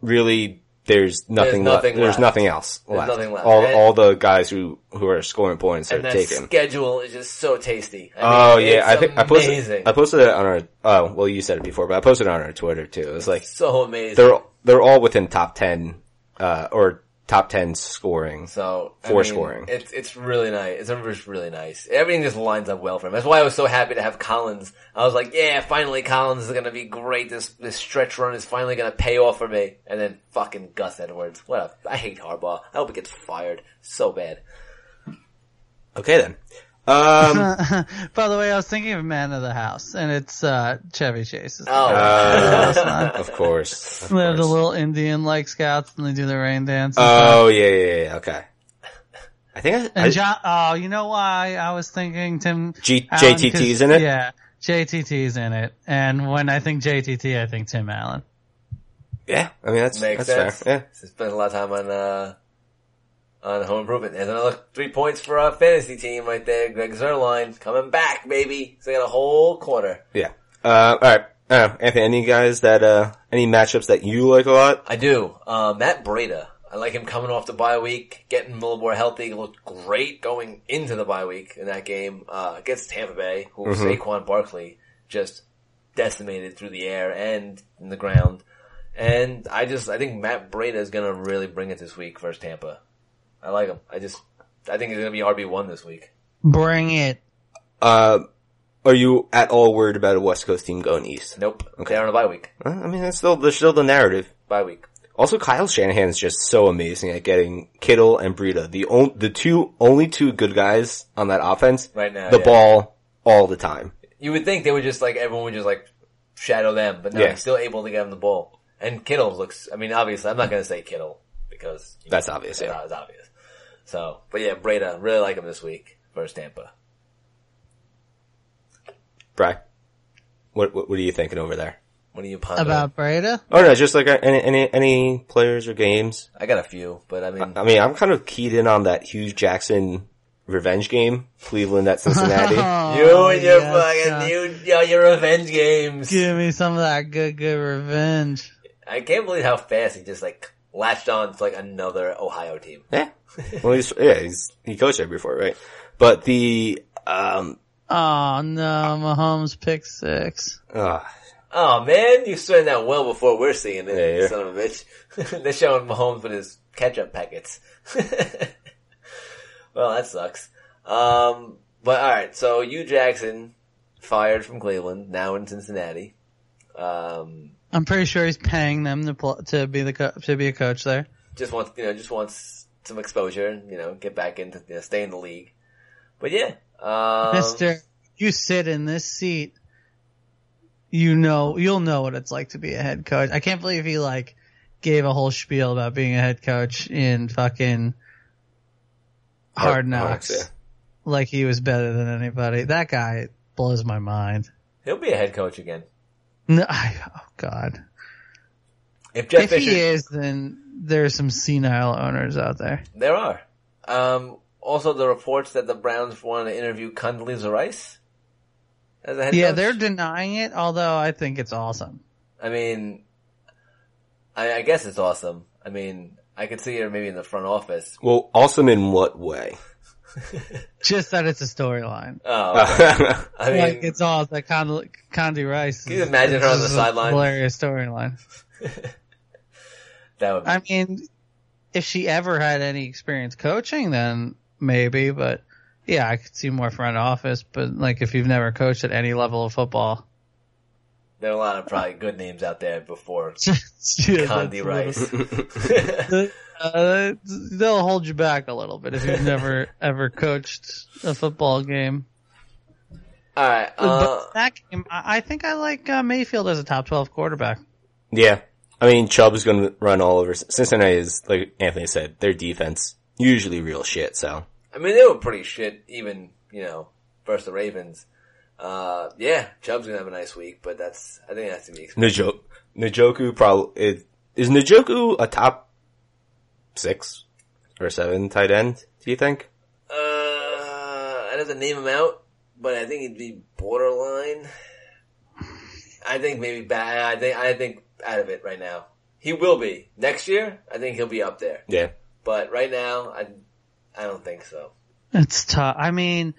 really there's nothing,
There's nothing
left. There's
left.
nothing else left.
nothing left.
All,
And-
all the guys who, who are scoring points are
and that
taken.
schedule is just so tasty. I
Oh
mean,
yeah,
it's
I think I
amazing.
posted, I posted it on our, oh, well you said it before, but I posted it on our Twitter too. It was like,
so amazing.
they're, they're all within top 10, uh, or top 10 scoring.
So I
For
mean,
scoring.
it's it's really nice. It's just really nice. Everything just lines up well for him. That's why I was so happy to have Collins. I was like, yeah, finally Collins is gonna be great. This this stretch run is finally gonna pay off for me. And then fucking Gus Edwards. What a I hate Harbaugh. I hope he gets fired so bad.
Okay then. Um,
By the way, I was thinking of Man of the House, and it's uh, Chevy Chase. is-
Oh,
uh, of course. of
They're the
course.
little Indian like scouts, and they do the rain dance. and stuff.
Oh yeah, yeah, yeah. Okay. I think I, I,
And John, oh, you know why I was thinking Tim
G-
Allen,
JTT's
'cause-
in it?
Yeah, JTT's in it. And when I think JTT, I think Tim Allen.
yeah. I mean that's
makes
that's
sense.
fair.
Spent a lot of time on uh on home improvement. There's another three points for our fantasy team right there. Greg Zerline coming back, baby. So they got a whole quarter.
Yeah. Yeah. Uh, all right. Uh, Anthony, any guys that uh, any matchups that you like a lot?
I do. Uh, Matt Breda. I like him coming off the bye week, getting a little more healthy. He looked great going into the bye week in that game uh, against Tampa Bay, who Saquon Barkley just decimated through the air and in the ground. And I just, I think Matt Breda is going to really bring it this week versus Tampa. I like him. I just, I think he's going to be RB1 this week.
Bring it.
Uh, are you at all worried about a West Coast team going east?
Nope. They're on a bye week.
Uh, I mean, that's still there's still the narrative.
Bye week.
Also, Kyle Shanahan is just so amazing at getting Kittle and Breida, the on, the two only two good guys on that offense,
Right now,
the
yeah.
ball all the time.
You would think they would just like everyone would just like shadow them, but no,
Yeah.
he's still able to get him the ball. And Kittle looks. I mean, obviously, I'm not going to say Kittle because you
That's obvious.
know,
Yeah.
it's obvious. So, but yeah, Breda really like him this week versus Tampa.
Bry, what, what what are you thinking over there?
What do you ponder?
About Breda?
Oh no, just like uh, any any any players or games.
I got a few, but I mean,
I mean, I'm kind of keyed in on that Hugh Jackson revenge game, Cleveland at Cincinnati.
you and your
Oh, yes, uh, John.
fucking you, your, your revenge games.
Give me some of that good, good revenge.
I can't believe how fast he just like latched on to like another Ohio team.
yeah, well, he's yeah he's he coached there before, right? But the um
Oh no, Mahomes pick six.
uh,
Oh man, you said that well before we're seeing it,
Yeah, yeah.
son of a bitch. They're showing Mahomes with his ketchup packets. well, that sucks. Um, but all right, so Hugh Jackson fired from Cleveland, now in Cincinnati. Um,
I'm pretty sure he's paying them to pl- to be the co- to be a coach there.
just wants you know just wants some exposure, and, you know, get back into you know, stay in the league. But yeah, um,
Mister, you sit in this seat. You know, you'll know what it's like to be a head coach. I can't believe he like gave a whole spiel about being a head coach in fucking Hard Knocks.
yeah.
Like he was better than anybody. That guy blows my mind.
he'll be a head coach again
No, I, oh god.
if Jeff
if
Fisher.
he is, then there's some senile owners out there.
There are. Um, also, the reports that the Browns want to interview Condoleezza Rice as a head
yeah,
coach.
they're denying it, although I think it's awesome.
I mean, I, I guess it's awesome. I mean, I could see her maybe in the front office.
Well, awesome in what way?
Just that it's a storyline.
Oh, okay. I mean,
like it's all the Condi, Condi Rice.
Can you imagine her on the
is a
sideline?
Hilarious storyline.
that would be.
I mean, if she ever had any experience coaching, then maybe. But yeah, I could see more front office. But like, if you've never coached at any level of football,
There are a lot of probably good names out there before
yeah, that's a
Condi
little-
Rice.
Uh, they'll hold you back a little bit if you've never ever coached a football game.
All right. Uh,
but that game, I I think I like uh, Mayfield as a top twelve quarterback.
Yeah. I mean, Chubb is going to run all over. Cincinnati is, like Anthony said, their defense, usually real shit, so.
I mean, they were pretty shit, even you know, versus the Ravens. Uh, yeah, Chubb's gonna have a nice week, but that's I think that's to be expected.
Njoku, Njoku probably, is, is Njoku a top six or seven tight end, do you think?
Uh, I'd have to name him out, but I think he'd be borderline. I think maybe bad. I think I think out of it right now. He will be next year. I think he'll be up there,
Yeah.
but right now, I I don't think so.
It's tough. I mean,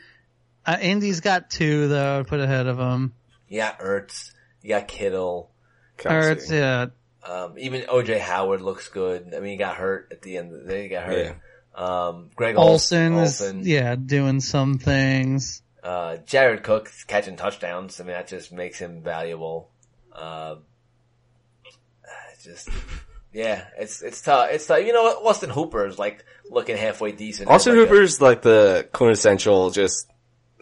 uh, Indy's got two though. I would put ahead of him.
You got Ertz. You got Kittle.
Or it's yeah,
Um, even OJ Howard looks good. I mean, he got hurt at the end. Of the day. He got hurt. Um, Greg Olson.
Olsen is yeah doing some things.
Uh, Jared Cook's catching touchdowns. I mean, that just makes him valuable. Uh, it's just, yeah, it's, it's tough. It's tough. You know what? Austin Hooper is like looking halfway decent.
Austin
Like a-
Hooper's like the quintessential, just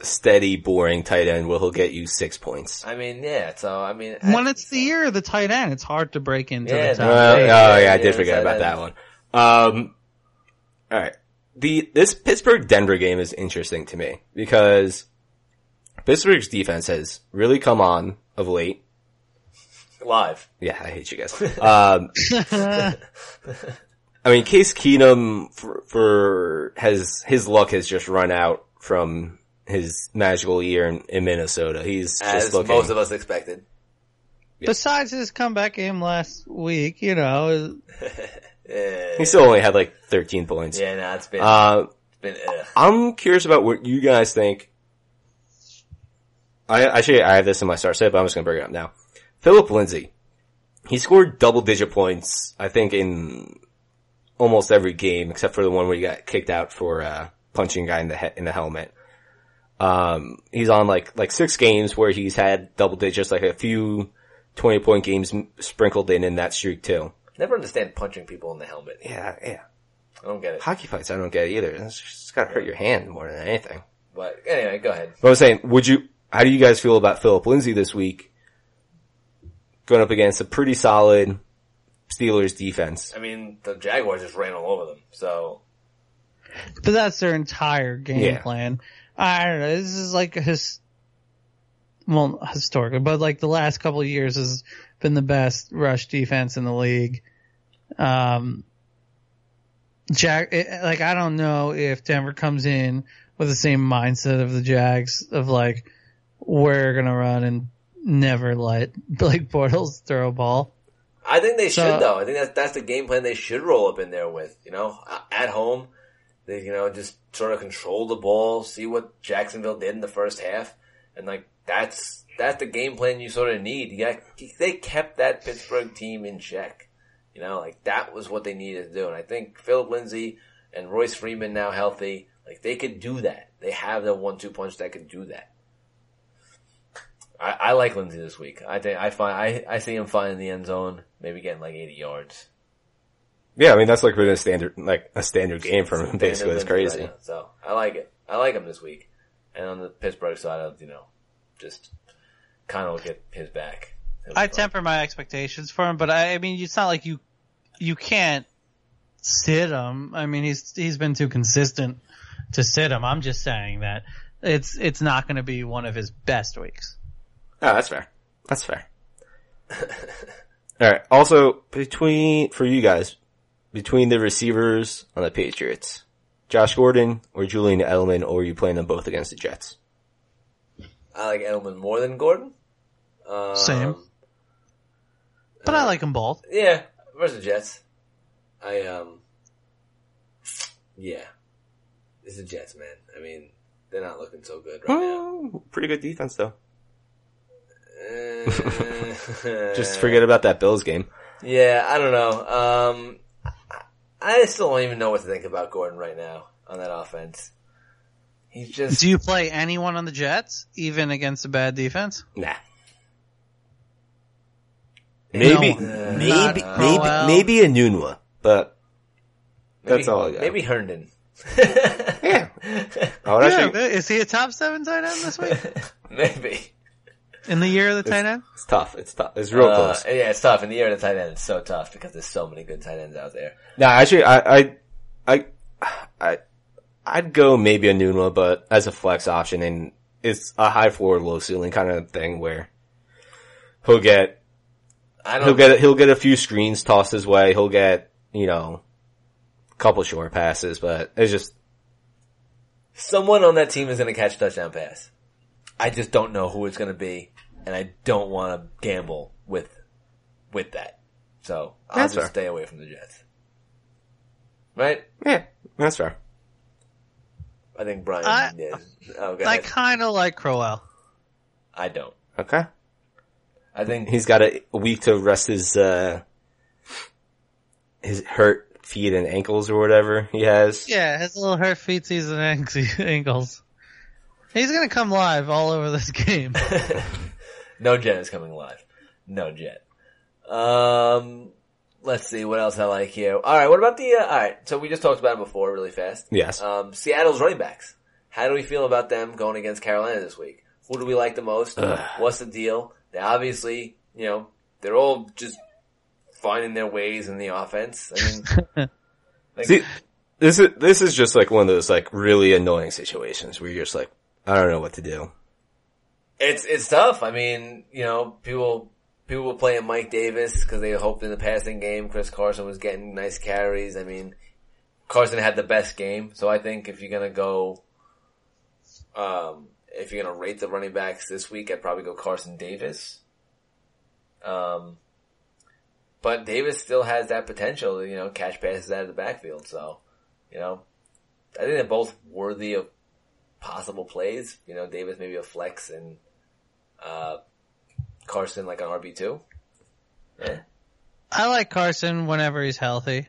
steady, boring tight end where he'll get you six points.
I mean, yeah, so, I mean. I-
When it's the year of the tight end, it's hard to break into
Yeah,
the
Uh,
top.
oh
yeah,
yeah,
yeah,
I did
yeah,
forget
tight
about that one. Um, all right, the this Pittsburgh Denver game is interesting to me because Pittsburgh's defense has really come on of late.
live.
Yeah, I hate you guys. Um, I mean, Case Keenum for, for has his luck has just run out from his magical year in, in Minnesota. He's
As
just looking.
most of us expected.
Besides his comeback game last week, you know,
He still only had like 13 points.
Yeah, no, it's been,
Uh,
it's been, ugh.
I'm curious about what you guys think. I actually I have this in my start set, but I'm just gonna bring it up now. Philip Lindsay, he scored double digit points, I think, in almost every game except for the one where he got kicked out for uh, punching a guy in the he- in the helmet. Um, he's on like like six games where he's had double digits, like a few twenty point games m- sprinkled in in that streak too.
Never understand punching people in the helmet.
Yeah, yeah.
I don't get it.
Hockey fights, I don't get either. It's just gotta hurt your hand more than anything.
But anyway, go ahead.
But I'm saying, would you, how do you guys feel about Philip Lindsay this week? Going up against a pretty solid Steelers defense.
I mean, the Jaguars just ran all over them. So
but that's their entire game
Yeah.
plan. I don't know. This is like his, well, not historical, but like the last couple of years has been the best rush defense in the league. Um, Jack, it, like I don't know if Denver comes in with the same mindset of the Jags of like we're gonna run and never let Blake Bortles throw a ball.
I think they
So-
should though. I think that's that's the game plan they should roll up in there with. You know, A- at home, they you know just sort of control the ball, see what Jacksonville did in the first half, and like that's that's the game plan you sort of need. You got they kept that Pittsburgh team in check. You know, like that was what they needed to do, and I think Philip Lindsay and Royce Freeman now healthy, like they could do that. They have the one-two punch that could do that. I, I like Lindsey this week. I think I find I, I see him finding the end zone, maybe getting like eighty yards.
Yeah, I mean, that's like been a standard, like a standard game from him basically. It's
Lindsey
crazy.
right now. so I like it. I like him this week. And on the Pittsburgh side, of you know, just kind of get his back. It'll be
I
fun.
temper my expectations for him, but I, I mean, it's not like you you can't sit him. I mean, he's he's been too consistent to sit him. I'm just saying that it's it's not going to be one of his best weeks.
Oh, that's fair. That's fair. Alright, also, between, for you guys, between the receivers on the Patriots, Josh Gordon or Julian Edelman, or are you playing them both against the Jets?
I like Edelman more than Gordon. Um,
Same. But I like them both.
Yeah, versus the Jets. I um, yeah, it's the Jets, man. I mean, they're not looking so good right now.
Oh, pretty good defense though.
Uh, Eh.
Just forget about that Bills game.
Yeah, I don't know. Um, I- I still don't even know what to think about Gordon right now on that offense. He's just
Do you play anyone on the Jets, even against a bad defense?
Nah. Maybe,
No.
maybe,
Not
maybe,
Crowell.
maybe a Nunwa, but
maybe,
that's all I got.
Maybe Herndon.
yeah. I would
Yeah,
actually,
is he a top seven tight end this week?
Maybe.
In the year of the tight end?
it's tough. It's tough. It's real
Uh,
close.
yeah, it's tough. In the year of the tight end, it's so tough because there's so many good tight ends out there.
Nah, actually, I, I, I, I, I'd go maybe a Nunwa, but as a flex option, and it's a high floor, low ceiling kind of thing where he'll get
I
he'll
don't.
get he'll get a few screens tossed his way. He'll get you know a couple short passes, but it's just
someone on that team is going to catch a touchdown pass. I just don't know who it's going to be, and I don't want to gamble with with that. So I'll
That's
just
fair.
stay away from the Jets. Right?
yeah, that's fair.
I think Brian
I-
did. Oh, go
I
ahead.
kind of like Crowell.
I don't.
Okay,
I think
he's got a week to rest his uh his hurt feet and ankles or whatever he has.
Yeah, his little hurt feetsies and anx- ankles. He's gonna come live all over this game.
No Jet is coming live. No Jet. Um, let's see what else I like here. All right, what about the? Uh, all right, so we just talked about it before, really fast.
Yes.
Um, Seattle's running backs. How do we feel about them going against Carolina this week? Who do we like the most? What's the deal? They obviously, you know, they're all just finding their ways in the offense. I mean, like,
See, this is this is just like one of those like really annoying situations where you're just like, I don't know what to do.
It's it's tough. I mean, you know, people people were playing Mike Davis because they hoped in the passing game Chris Carson was getting nice carries. I mean, Carson had the best game, so I think if you're gonna go, um, if you're gonna rate the running backs this week, I'd probably go Carson Davis. Um, but Davis still has that potential, to, you know, catch passes out of the backfield. So, you know, I think they're both worthy of possible plays. You know, Davis maybe a flex and uh, Carson like an RB two. Yeah.
I like Carson whenever he's healthy.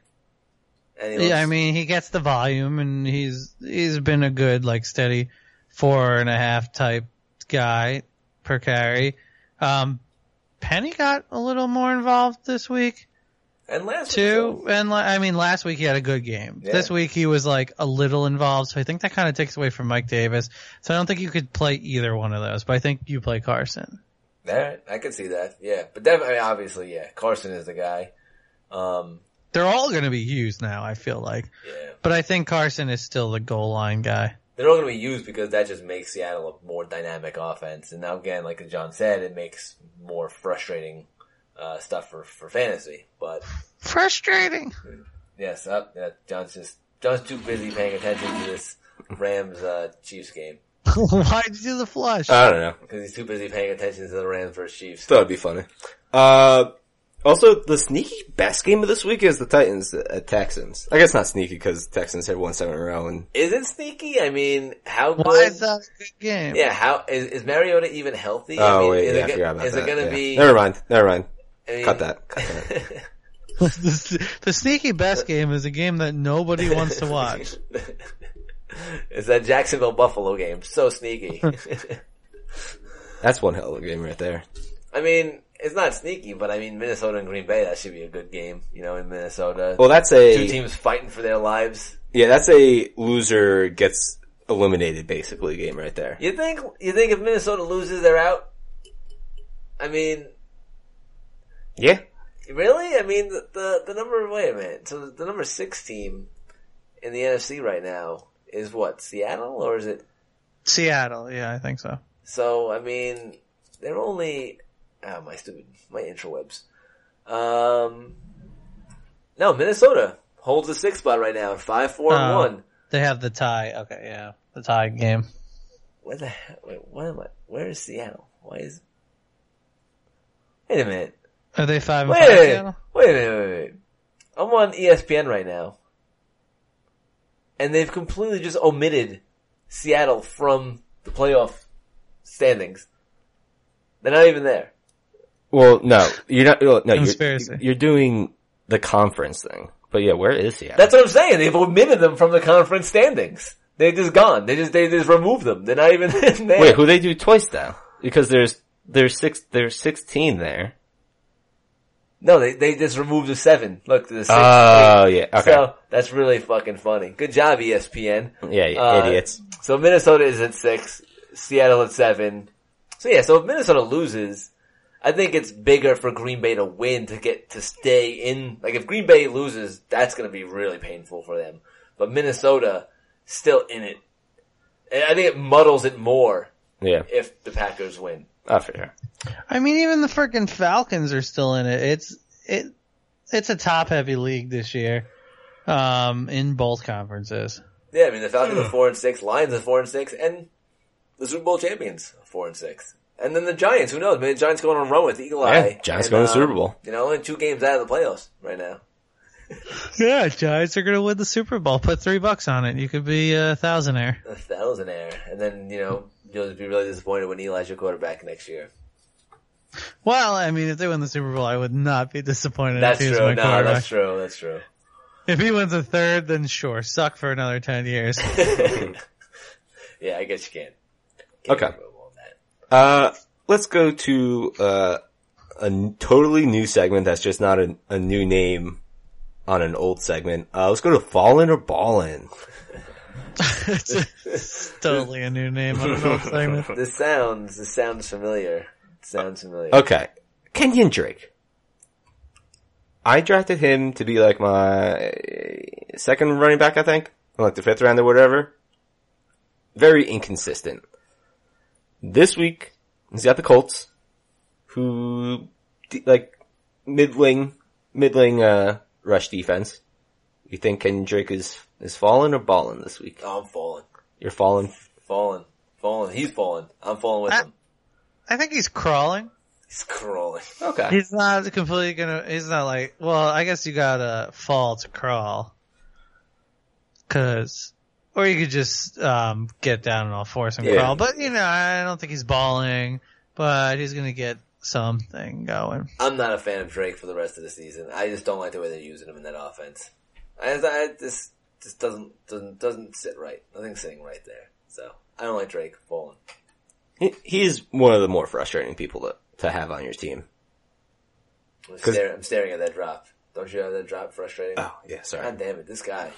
And he
Yeah,
looks-
I mean he gets the volume and he's he's been a good like steady four and a half type guy per carry. Um, Penny got a little more involved this week.
and last week,
too.
so-
And la- I mean, last week he had a good game.
Yeah.
This week he was like a little involved, so I think that kind of takes away from Mike Davis. So I don't think you could play either one of those, but I think you play Carson.
All right, I can see that. Yeah, but definitely, obviously, yeah, Carson is the guy. Um,
They're all going to be used now. I feel like,
yeah,
but I think Carson is still the goal line guy.
they're all going to be used because that just makes Seattle a more dynamic offense. And now again, like John said, it makes more frustrating uh, stuff for for fantasy. But
Frustrating.
Yes, up. yeah, John's just John's too busy paying attention to this Rams uh, Chiefs game
Why did you do the flush?
Uh,
I don't know.
because he's too busy paying attention to the Rams versus Chiefs.
Thought it'd be funny. Uh, also the sneaky best game of this week is the Titans at Texans. I guess not sneaky because Texans had won seven in a row and
Is it sneaky? I mean, how good?
Why is that a good game?
Yeah, how is, is Mariota even healthy? I
oh
mean,
wait,
is
yeah,
it,
I
go-
forgot about
is
that.
it going
yeah.
to be?
Never mind. Never mind.
I mean,
Cut that. Cut that.
the, the sneaky best game is a game that nobody wants to watch.
It's that Jacksonville Buffalo game. So sneaky.
That's one hell of a game right there.
I mean, it's not sneaky, but I mean, Minnesota and Green Bay. That should be a good game. You know, in Minnesota,
Well, that's a
two teams fighting for their lives.
yeah, that's a loser gets eliminated basically game right there.
You think you think if Minnesota loses, they're out? I mean,
Yeah.
really? I mean, the the, the number wait a minute. So the, the number six team in the NFC right now is what Seattle, or is it?
Seattle. Yeah, I think so.
So I mean, they're only oh, my stupid my interwebs. Um, no, Minnesota holds the sixth spot right now, five four and
Oh.
one.
They have the tie. Okay, yeah, the tie game.
Where the hell? Wait, what am I? Where is Seattle? Why is? Wait a minute.
Are they five and
Wait,
five?
wait,
Seattle?
wait, wait, wait, wait. I'm on E ESPN right now, and they've completely just omitted Seattle from the playoff standings. They're not even there.
Well, no, you're not. well, No, you're,
Conspiracy.
you're doing the conference thing But yeah, where is Seattle?
That's what I'm saying. They've omitted them from the conference standings. They're just gone. They just they just removed them. They're not even in there.
Wait, who they do twice now? Because there's there's six there's sixteen there.
No, they they just removed the seven. Look, the six.
Oh yeah, okay,
So that's really fucking funny. Good job, E ESPN.
yeah, yeah
Uh,
idiots.
So Minnesota is at six, Seattle at seven. So yeah, so if Minnesota loses, I think it's bigger for Green Bay to win to get to stay in. Like if Green Bay loses, that's going to be really painful for them. But Minnesota still in it, and I think it muddles it more
Yeah,
if the Packers win.
oh, for sure.
I mean, even the freaking Falcons are still in it. It's it it's a top heavy league this year, um, in both conferences.
Yeah, I mean the Falcons
Hmm.
are four and six, Lions are four and six, and the Super Bowl champions are four and six. And then the Giants, who knows? Maybe the Giants going on a run with Eagle Eye.
Yeah, Giants
and,
going to
uh,
the Super Bowl.
You know, only two games out of the playoffs right now.
Yeah, Giants are gonna win the Super Bowl. Put three bucks on it. You could be a thousandaire.
A thousandaire. And then, you know, you'll just be really disappointed when Eli's your quarterback next year.
Well, I mean, if they win the Super Bowl, I would not be disappointed.
That's
if he was
true.
my
No,
quarterback.
that's true. That's true.
If he wins a third, then sure, suck for another ten years.
Yeah, I guess you can.
Okay.
Can't remove all that.
Uh, let's go to uh, a n- totally new segment that's just not a, a new name on an old segment. Uh, let's go to Fallen or Ballin.
it's, it's totally a new name on an old segment.
This sounds, this sounds familiar. It sounds familiar.
Okay. Kenyon Drake. I drafted him to be like my second running back, I think. Or like the fifth round or whatever. Very inconsistent. This week, he's got the Colts, who, d- like, middling, middling, uh, rush defense. You think Kenyon Drake is, is falling or balling this week?
Oh, I'm falling.
You're falling.
Falling. Falling. He's falling. I'm falling with
Ah.
him.
I think he's crawling.
He's crawling.
Okay.
He's not completely gonna. He's not like. Well, I guess you gotta fall to crawl. Cause, or you could just um get down on all fours and
Yeah.
crawl. But you know, I don't think he's balling. But he's gonna get something going.
I'm not a fan of Drake for the rest of the season. I just don't like the way they're using him in that offense. I, I this just doesn't doesn't doesn't sit right. Nothing's sitting right there. So I don't like Drake falling.
He, he's one of the more frustrating people to, to have on your team.
I'm,
'Cause-
staring, I'm staring at that drop. Don't you have that drop frustrating?
Oh, yeah, sorry.
God damn it, this guy.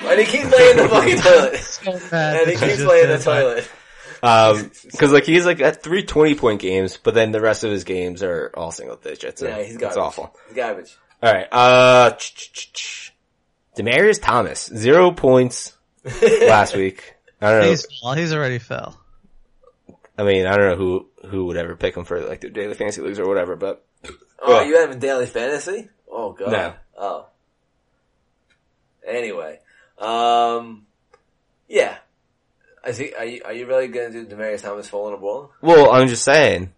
Why do you keep laying the fucking toilet? And he keeps laying the
uh,
toilet.
Um, cause like he's like at three 20 point games, but then the rest of his games are all single digits. and
Yeah, he's garbage.
It's awful.
He's garbage.
Alright, uh, ch- ch- ch- ch. Demarius Thomas, zero points last week. I don't know.
He's, well, he's already fell.
I mean, I don't know who, who would ever pick him for like their daily fantasy leagues or whatever, but
Oh,
Yeah.
you have a daily fantasy? Oh god.
No.
Oh. Anyway, um, yeah. I see. Are you, are you really going to do Demarius Thomas falling a ball?
well, I'm just saying.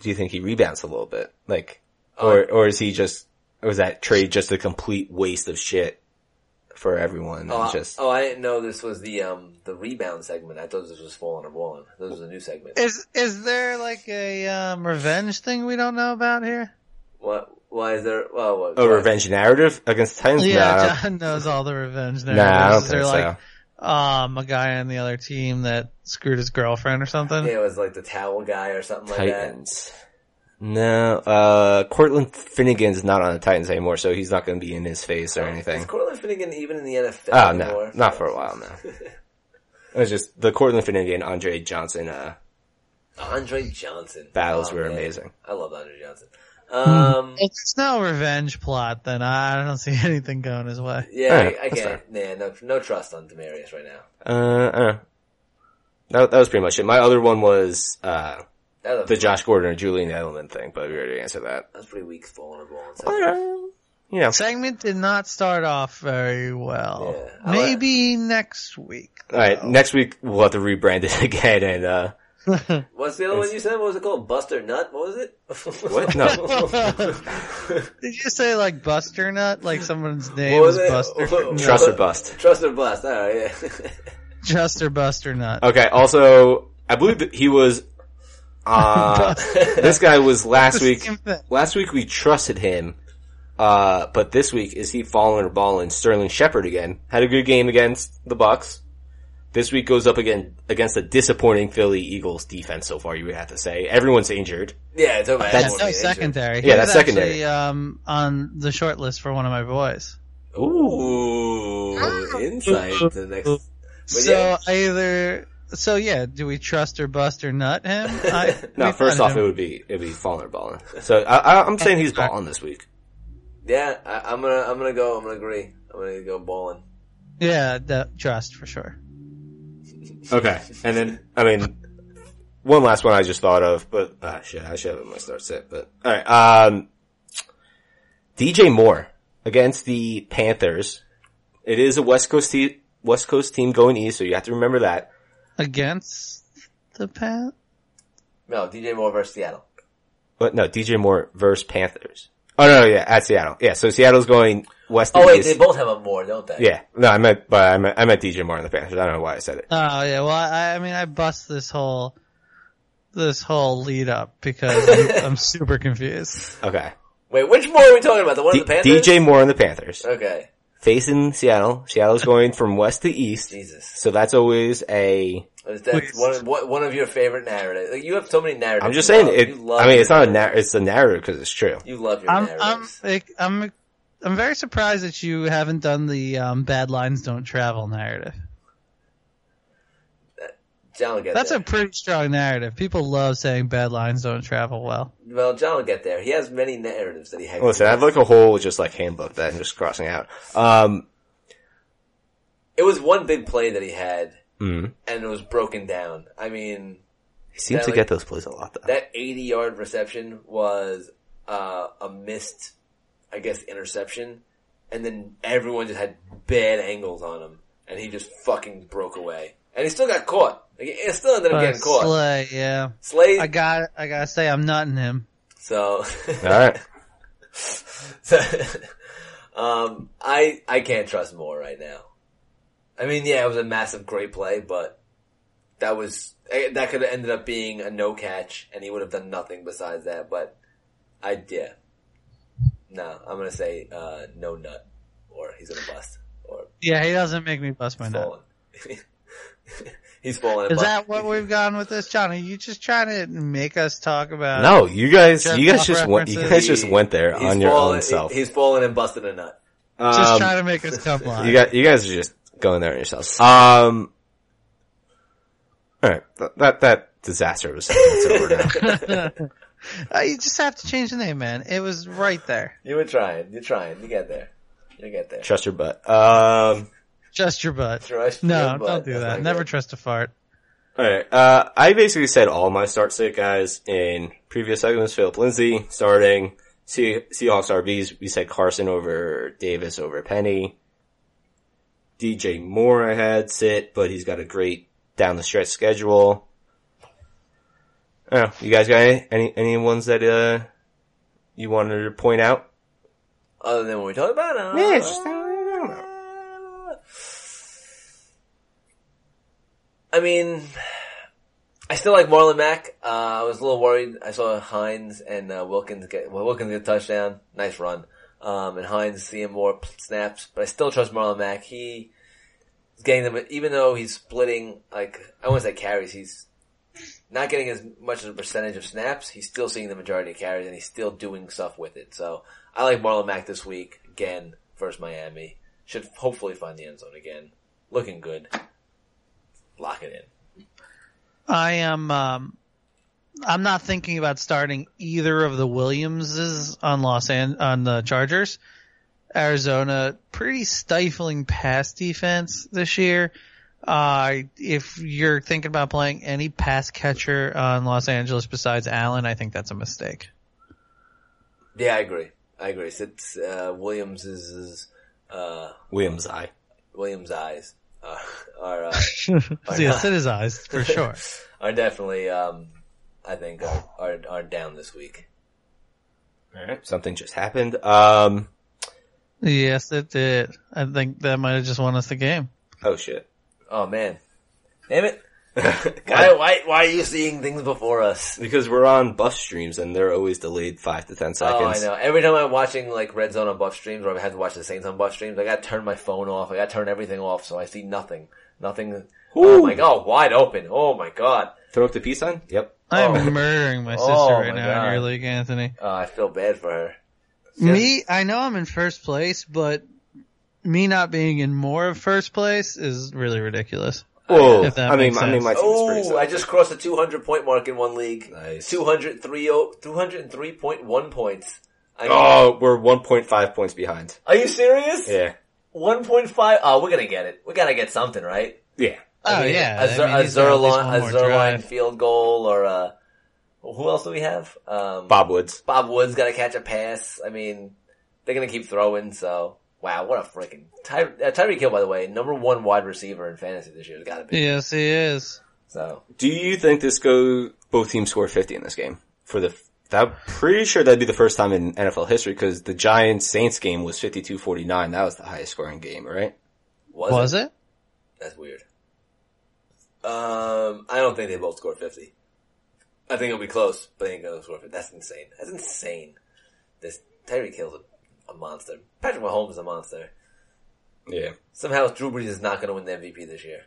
Do you think he rebounds a little bit? Like,
Uh,
or, or is he just, or is that trade just a complete waste of shit for everyone?
Oh,
and
I-
just,
oh, I didn't know this was the um the rebound segment. I thought this was falling or balling. This was a new segment.
Is is there like a um, revenge thing we don't know about here?
What? Why is there? Well, what,
Oh,
why-
revenge narrative against Titans?
Yeah,
nah,
John knows all the revenge
nah, I don't
narratives.
think
They're like,
so.
um, a guy on the other team that screwed his girlfriend or something.
Yeah, it was like the towel guy or something like that.
Titans. No, uh, Cortland Finnegan's not on the Titans anymore, so he's not going to be in his face or
Is
anything.
Cortland Finnegan even in the NFL
Oh no,
Oh, anymore?
not for a while now. It was just the Cortland Finnegan, Andre Johnson, uh,
Andre Johnson
battles
Oh,
were
man.
amazing. Hmm.
I love Andre Johnson. Um,
If there's no revenge plot, then I don't see anything going his way.
yeah,
Alright,
I, I
that's
can't. Yeah, no, no trust on Demarius right now.
Uh, uh, that, that was pretty much it. My other one was, uh,
That was,
the Josh Gordon or Julian Edelman thing, but we already answered that.
that was pretty weak falling a ball.
Uh,
So,
you know,
Segment did not start off very well.
Yeah. I like-
Maybe next week.
alright, next week we'll have to rebrand it again and, uh,
What's the other one you said? What was it called? Buster Nut? What was it?
What? No.
Did you say like Buster Nut? Like someone's name
What was
is
it?
Buster?
What-
Nut.
Trust or bust.
Trust or bust. All right. Yeah.
Just or Buster Nut.
Okay. Also, I believe that he was. Uh, this guy was last week.
Same thing.
Last week we trusted him, Uh, but this week, is he falling or balling? Sterling Shepard again had a good game against the Bucks. This week goes up again against a disappointing Philly Eagles defense so far. You would have to say everyone's injured.
Yeah, it's over.
That's-
Everyone
no
being injured.
secondary.
Yeah, that's
was actually,
secondary.
um, on the short list for one of my boys.
Ooh, insight to the next.
so
yeah.
I either so yeah, do we trust or bust or nut him? I,
No,
we
first
punted
off,
him.
it would be it'd be falling or balling. So I, I, I'm saying he's balling this week.
Yeah, I, I'm gonna, I'm gonna go. I'm gonna agree. I'm gonna go balling.
yeah, the, trust for sure.
Okay, and then I mean, one last one I just thought of, but ah, shit, I should have it in my start set. But all right, um, DJ Moore against the Panthers. It is a West Coast te- West Coast team going east, so you have to remember that.
Against the Pan.
No, DJ Moore versus Seattle.
But no, DJ Moore versus Panthers. Oh no, yeah, at Seattle. Yeah, so Seattle's going west. to
Oh wait,
east.
they both have a Moore, don't they?
Yeah, no, I meant, but I meant, I meant DJ Moore and the Panthers. I don't know why I said it.
Oh yeah, well I, I mean I bust this whole this whole lead up because I'm, I'm super confused.
Okay,
Wait, which Moore are we talking about? The one
D-
in Oh, the Panthers?
DJ Moore and the Panthers
Okay.
facing Seattle. Seattle's going from west to east.
Jesus,
So that's always a.
that's one, one one of your favorite narratives. Like you have so many narratives.
I'm just
you
saying
love.
it.
You love
I mean,
your
it's not a
narratives.
nar- it's a narrative because it's true.
You love your
I'm I'm
narratives.
like, I'm I'm very surprised that you haven't done the um, bad lines don't travel narrative.
John will get
That's
there.
a pretty strong narrative. People love saying bad lines don't travel well.
well, John will get there. He has many narratives that he has.
Listen, I have like a whole just like handbook that I'm just crossing out. Um,
It was one big play that he had,
mm,
and it was broken down. I mean,
he seems
Yeah,
to
like-
get those plays a lot though.
that 80 yard reception was uh, a missed, I guess, interception. And then everyone just had bad angles on him. And he just fucking broke away. And he still got caught. Like, it still ended up
But
getting caught.
Slay, yeah.
Slade.
I got I gotta say I'm nutting him.
so,
All right,
so um, I, I can't trust Moore right now. I mean, yeah, it was a massive great play, but that was, eh, that could have ended up being a no catch and he would have done nothing besides that, but I, yeah. No, I'm gonna say, uh, no nut, or he's gonna bust, or
Yeah, he doesn't make me bust my nut.
fallen. he's fallen.
Is that what we've gone with this, John? Are you just trying to make us talk about
no, you guys,
Uh, Jeff
you guys
Pop
just went, you guys
references.
just went there on your
fallen,
own self.
He's fallen and busted a nut.
just
Um,
trying to make us come live?
You got you guys are just going there on yourselves. Um. All right, Th- that that disaster was it's over now.
Uh, you just have to change the name, man. It was right there.
You were trying, you're trying, you get there. You get there.
Trust your butt. Um.
Just your butt.
Trust
no,
your butt.
don't do
That's
that.
not
Never
good.
trust a fart.
Alright, uh, I basically said all my start sit guys in previous segments. Philip Lindsay starting, Se- Seahawks RBs, we said Carson over Davis over Penny. DJ Moore I had sit, but he's got a great down the stretch schedule. I don't know, you guys got any, any, any ones that, uh, you wanted to point out?
Other than what we talked about, uh,
Yeah, it's just- I don't know.
I mean, I still like Marlon Mack. Uh, I was a little worried. I saw Hines and uh, Wilkins get well, Wilkins get a touchdown, nice run, um, and Hines seeing more p- snaps. But I still trust Marlon Mack. He is getting them, even though he's splitting like I won't say carries. He's not getting as much as a percentage of snaps. He's still seeing the majority of carries, and he's still doing stuff with it. So I like Marlon Mack this week again versus Miami. Should hopefully find the end zone again. Looking good. Lock it in.
I am. Um, I'm not thinking about starting either of the Williamses on Los An- on the Chargers. Arizona pretty stifling pass defense this year. Uh, if you're thinking about playing any pass catcher on Los Angeles besides Allen, I think that's a mistake.
Yeah, I agree. I agree. It's uh, Williams's uh,
Williams I.
Williams' eyes are are, uh,
yes, it is eyes for sure.
are definitely um, I think are, are are down this week.
Alright, something just happened. Um,
yes, it did. I think that might have just won us the game.
oh shit.
Oh man, damn it! Why, why, why are you seeing things before us?
because we're on buff streams and they're always delayed five to ten
Oh, I
seconds.
know. Every time I'm watching like Red Zone on buff streams, or I've had to watch the Saints on buff streams, I gotta turn my phone off. I gotta turn everything off, so I see nothing. Nothing. Oh
Ooh.
my god, wide open. Oh my god.
Throw up the peace sign. Yep.
I am
Oh.
murdering my sister
Oh,
right
my
now
God.
in your league, Anthony.
Uh, I feel bad for her.
Me, I know I'm in first place, but me not being in more of first place is really ridiculous.
Whoa.
Oh, If that
I mean,
makes
I mean,
sense.
my team's pretty
Oh,
solid.
I just crossed the 200 point mark in one league.
Nice.
200, 30 203.1 points. I mean,
Oh, we're 1.5 points behind.
Are you serious?
Yeah.
1.5? Oh, we're gonna get it. We gotta get something, right?
Yeah.
Oh
I mean,
yeah,
A,
I
Zer-
mean,
a
he's got at least one
Zerline, a
more
Zerline
drive.
field goal or a, who else do we have? Um,
Bob Woods.
Bob Woods gotta catch a pass. I mean, they're gonna keep throwing, so. Wow, what a freaking Ty- uh, Tyreek Hill, by the way, number one wide receiver in fantasy this year. It's gotta be.
Yes, he is.
So,
Do you think this go both teams score 50 in this game for the that pretty sure that'd be the first time in NFL history because the Giants Saints game was 52-49. That was the highest scoring game, right?
was, it?
Was it?
That's weird. Um, I don't think they both scored 50. I think it'll be close, but they ain't gonna score 50. That's insane. That's insane. This Tyreek Hill's a, a monster. Patrick Mahomes is a monster.
Yeah.
Somehow Drew Brees is not gonna win the MVP this year.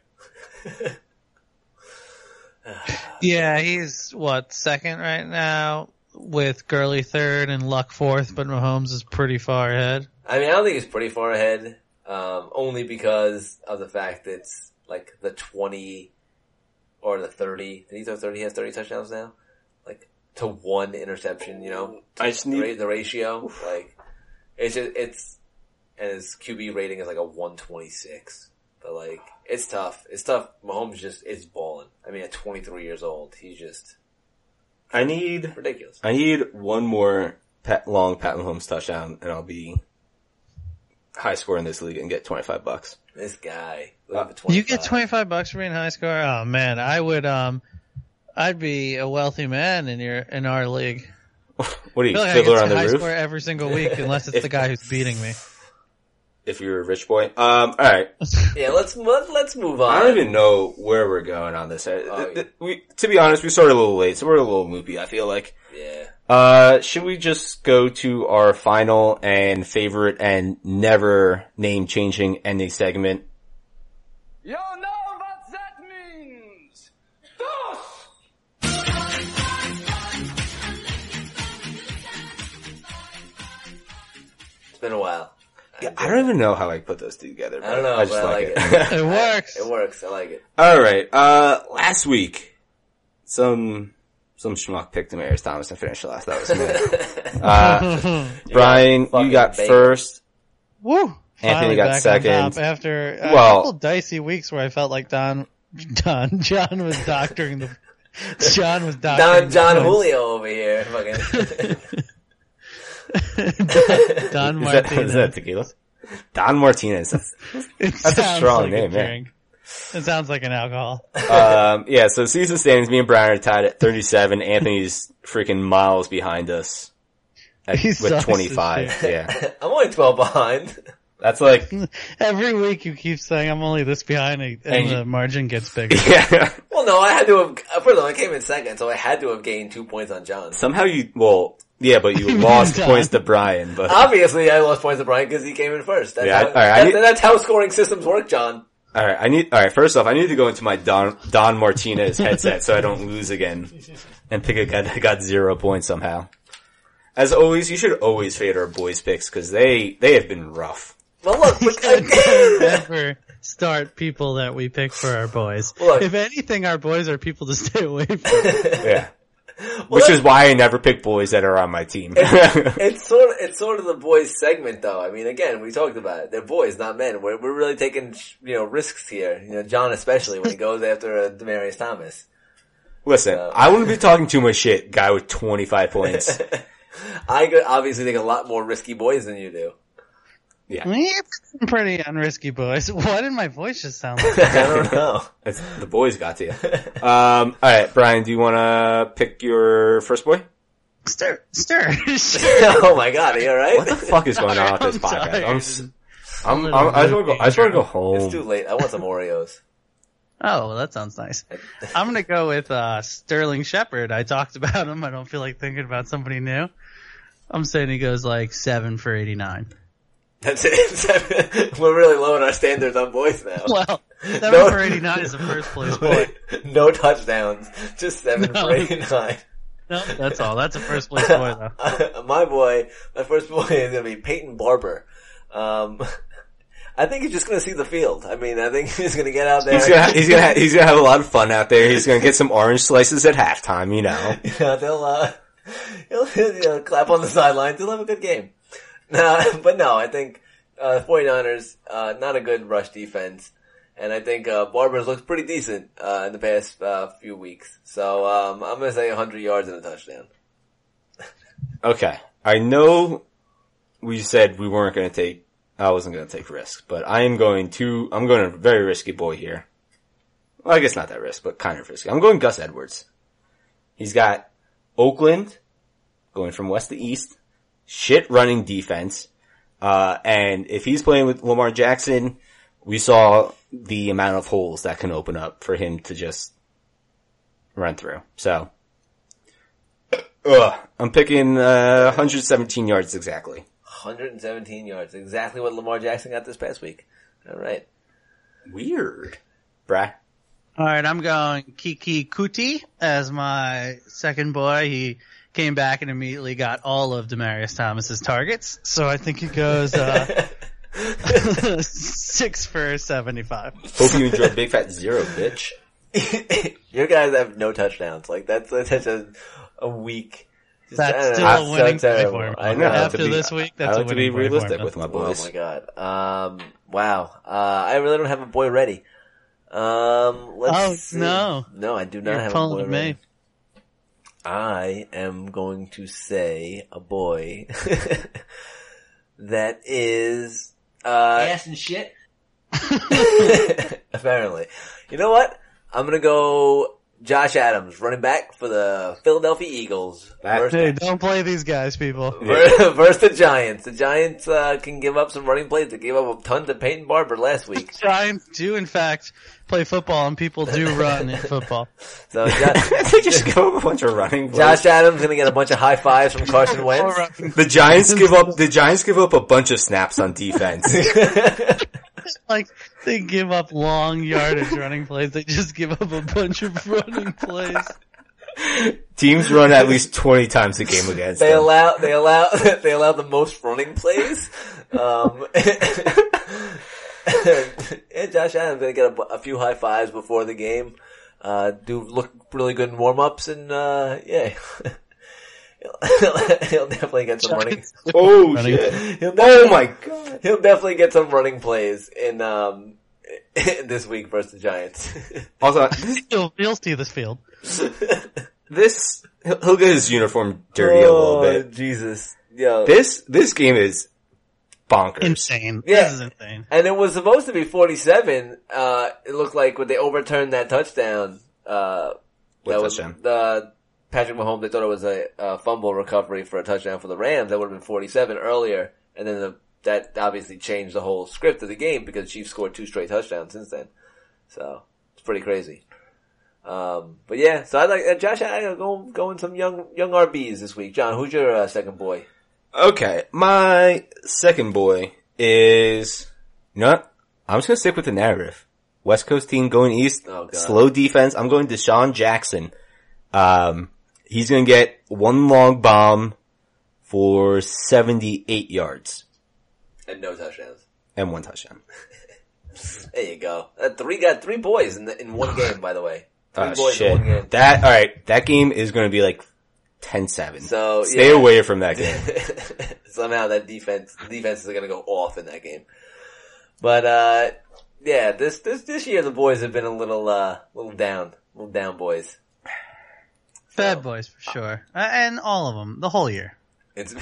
Yeah, he's what second right now with Gurley third and Luck fourth, but Mahomes is pretty far ahead.
I mean, I don't think he's pretty far ahead, um, only because of the fact that it's like the 20 or the 30. Did he throw 30? He has 30 touchdowns now? Like, to one interception, you know?
I just
the, ra-
need
the ratio. Like it's just, it's and his QB rating is like a 126. But like it's tough. It's tough. Mahomes just is balling. I mean, at 23 years old, he's just
I need
ridiculous.
I need one more Pat, long Pat Mahomes touchdown and I'll be high score in this league and get 25 bucks.
This guy.
Uh,
Look at the
You get
25.
twenty five bucks for being high score. Oh man, I would um, I'd be a wealthy man in your in our league.
What are
I
you,
feel like I
fiddler
get
on
to
the
high
roof?
score every single week unless it's the guy who's beating me.
If you're a rich boy. Um, all right.
Yeah, let's let, let's move on.
I don't even know where we're going on this. Uh,
Oh,
th- th- we, to be honest, we started a little late, so we're a little loopy. I feel like.
Yeah.
Uh, should we just go to our final and favorite and never name changing ending segment?
You know what that means! Dos!
It's been a while.
Yeah, I don't even know how I put those two together.
I don't know,
but I just
but I
like,
like
it.
It works.
It works. I like it.
All right. Uh, last week, some some schmuck picked Demarius Thomas and finished last. That was me. uh, Brian, you
fucking
got
baked.
first.
Woo! Finally
got
back
second.
on top after uh,
Well-
a couple dicey weeks where I felt like Don, Don, John was doctoring the, John was doctoring
Don John
the points.
Julio over here. Fucking
Don
Is that,
Martinez.
is that tequila? Don Martinez. That's-
It
a
sounds
strong
like
name,
a
yeah.
drink. It sounds like an alcohol.
um, yeah, so season standings, me and Brian are tied at 37. Anthony's freaking miles behind us at,
He
with
sucks
25.
this
Yeah.
I'm only 12 behind.
That's like,
Every week you keep saying I'm only this behind, and,
And you-
the margin gets bigger.
yeah.
Well, no, I had to have. uh, First of all, I came in second, so I had to have gained two points on John.
Somehow you, well, yeah, but you lost
Done.
points to Brian, but
Obviously, I lost points to Brian because he came in first. That's,
Yeah,
how,
I- all right, I
that-
need-
that's how scoring systems work, John.
alright, I need, alright, first off, I need to go into my Don, Don Martinez headset so I don't lose again and pick a guy that got zero points somehow. As always, you should always fade our boys picks cause they, they have been rough.
Well, look, look again.
Never start people that we pick for our boys.
Look.
If anything, our boys are people to stay away from.
Yeah. Which is why I never pick boys that are on my team.
it's sort of it's sort of the boys segment, though. I mean, again, we talked about it. They're boys, not men. We're we're really taking you know risks here. You know, John especially when he goes after uh, Demarius Thomas.
Listen, I wouldn't be talking too much shit, guy with 25 points.
I could obviously take a lot more risky boys than you do.
Yeah.
Me, I'm pretty unrisky boys. Why did my voice just sound like that?
I don't know.
It's, the boys got to you. Um, alright, Brian, do you wanna pick your first boy?
stir, stir, stir.
oh my god, are you all right?
What the fuck is going on with this
I'm
podcast?
tired.
I'm, s- I'm, I'm, I just wanna go, I just wanna go home.
It's too late. I want some Oreos.
Oh, well, that sounds nice. I'm gonna go with uh, Sterling Shepard. I talked about him. I don't feel like thinking about somebody new. I'm saying he goes like seven for eighty nine.
That's it. We're really lowering our standards on boys now.
Well, seven
No.
for eighty nine is a first place boy.
no touchdowns, just seven
No.
for eighty-nine.
No, that's all. That's a first place boy though.
my boy, my first boy is going to be Peyton Barber. Um, I think he's just going to see the field. I mean, I think he's going to get out there.
He's gonna, he's gonna, he's gonna have a lot of fun out there. He's gonna get some orange slices at halftime, you know.
you know, they'll, uh, he'll, you know, clap on the sidelines. He'll have a good game. Nah, but no, I think, uh, 49ers, uh, not a good rush defense. And I think, uh, Barber's looked pretty decent, uh, in the past, uh, few weeks. So, um, I'm going to say 100 yards and a touchdown.
Okay. I know we said we weren't going to take, I wasn't going to take risks, but I am going to, I'm going a very risky boy here. Well, I guess not that risk, but kind of risky. I'm going Gus Edwards. He's got Oakland going from west to east, shit running defense. Uh, and if he's playing with Lamar Jackson, we saw the amount of holes that can open up for him to just run through. So Ugh, I'm picking uh, 117 yards exactly.
117 yards. Exactly what Lamar Jackson got this past week. All right.
Weird, Brad.
All right, I'm going Kiki Kuti as my second boy. He came back and immediately got all of Demarius Thomas's targets, so I think he goes uh, six for seventy-five.
Hope you enjoy Big Fat Zero, bitch.
Your guys have no touchdowns. Like that's that's such a, a weak. just- I don't
That's
know,
still
that's
a
so
winning play
terrible.
for him.
I know.
I like
After
to be-
this week, that's
I
a
like to be
winning play for
realistic
him.
with my
Oh
boys.
my god. Um. Wow. Uh. I really don't have a boy ready. Um. Let's
Oh,
see.
no.
No, I do not
You're
have a boy
pulling me.
ready. I am going to say a boy that is uh
Ass and shit.
Apparently. You know what? I'm gonna go Josh Adams, running back for the Philadelphia Eagles.
That-
Hey,
Versus,
don't play these guys, people.
Yeah.
versus the Giants. The Giants uh, can give up some running plays. They gave up a ton to Peyton Barber last week.
Giants do, in fact, play football, and people do run in football.
So jo-
they just give up a bunch of running. plays.
Josh Adams gonna get a bunch of high fives from Carson
All
Wentz.
right.
the Giants give up. The Giants give up a bunch of snaps on defense.
Like they give up long yardage running plays. They just give up a bunch of running plays.
Teams run at least 20 times a game against
They
them.
allow they allow they allow the most running plays. Um, and Josh Adams gonna get a, bu- a few high fives before the game. Uh, do look really good in warm ups and uh, yeah, he'll, he'll definitely get some running.
oh
Running.
shit!
He'll
Oh
definitely,
my god!
he'll definitely get some running plays in um this week versus the Giants.
Also, this,
You'll, you'll see this field.
this he'll he'll get his uniform dirty a little
Oh,
bit.
Jesus, yo,
This this game is bonkers.
Insane.
Yeah.
This is insane.
And it was supposed to be 47. Uh, it looked like when they overturned that touchdown, uh,
What
that was
touchdown?
the Patrick Mahomes. They thought it was a, a fumble recovery for a touchdown for the Rams. That would have been 47 earlier. And then the, that obviously changed the whole script of the game because Chiefs scored two straight touchdowns since then. So it's pretty crazy. Um, but yeah, so I like uh, Josh. I go going some young young RBs this week. John, who's your uh, second boy?
Okay, my second boy is you know what? I'm just gonna stick with the narrative. West Coast team going east,
Oh, God.
slow defense. I'm going Deshaun Jackson. Um, he's gonna get one long bomb for 78 yards
And no touchdowns.
and one touchdown.
There you go. Uh, three got three boys in the, in one game, by the way. Three
Oh
boys in one game.
shit! That all right? That game is gonna be like 10-7.
So,
stay
yeah.
away from that game.
Somehow that defense defenses are gonna go off in that game. But uh yeah, this this this year the boys have been a little uh little down, little down boys.
Bad boys for sure, A- and all of them the whole year.
It's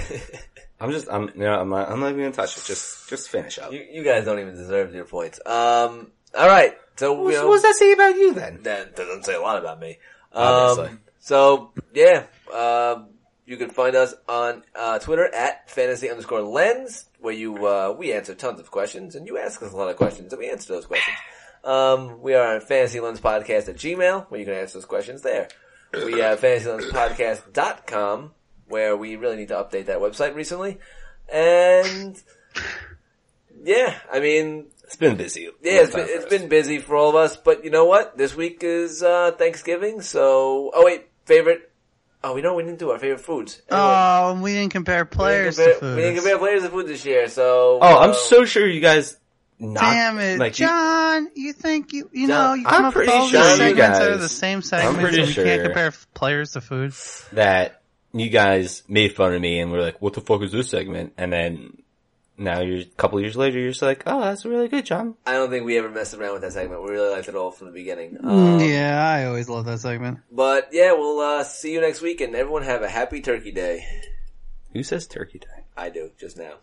I'm just I'm no I'm not I'm not even gonna touch it. Just just finish up.
you, you guys don't even deserve your points. Um, all right, so
What
you know,
does that say about you then?
that doesn't say a lot about me.
Obviously.
Um, so yeah, uh, you can find us on uh, Twitter at fantasy underscore lens, where you uh, we answer tons of questions, and you ask us a lot of questions, and we answer those questions. Um, we are on fantasylens podcast at Gmail, where you can ask those questions there. We have fantasylenspodcast.com, where we really need to update that website recently. And yeah, I mean,
It's been busy.
yeah, it's been, it's been busy for all of us, but you know what? This week is uh Thanksgiving, so oh wait, favorite. Oh, we know we didn't do our favorite foods. Anyway,
Oh, and we didn't compare
we didn't
players
compare-
to food.
We didn't compare players of food this year, so
Oh, I'm
uh,
so sure you guys. Not,
Damn it,
like, you-
John! You think you you know
John,
you
I'm
come up with
pretty
all
sure
these
you
segments that are
guys-
the same segments,
pretty
and we can't
sure.
compare f- players to food.
that you guys made fun of me and were like, what the fuck is this segment? And then now you're a couple years later, you're just like, oh, that's really good, John.
I don't think we ever messed around with that segment. We really liked it all from the beginning. Um,
Mm, yeah, I always love that segment.
But yeah, we'll uh, see you next week, and everyone have a happy Turkey Day.
Who says turkey day?
I do just now.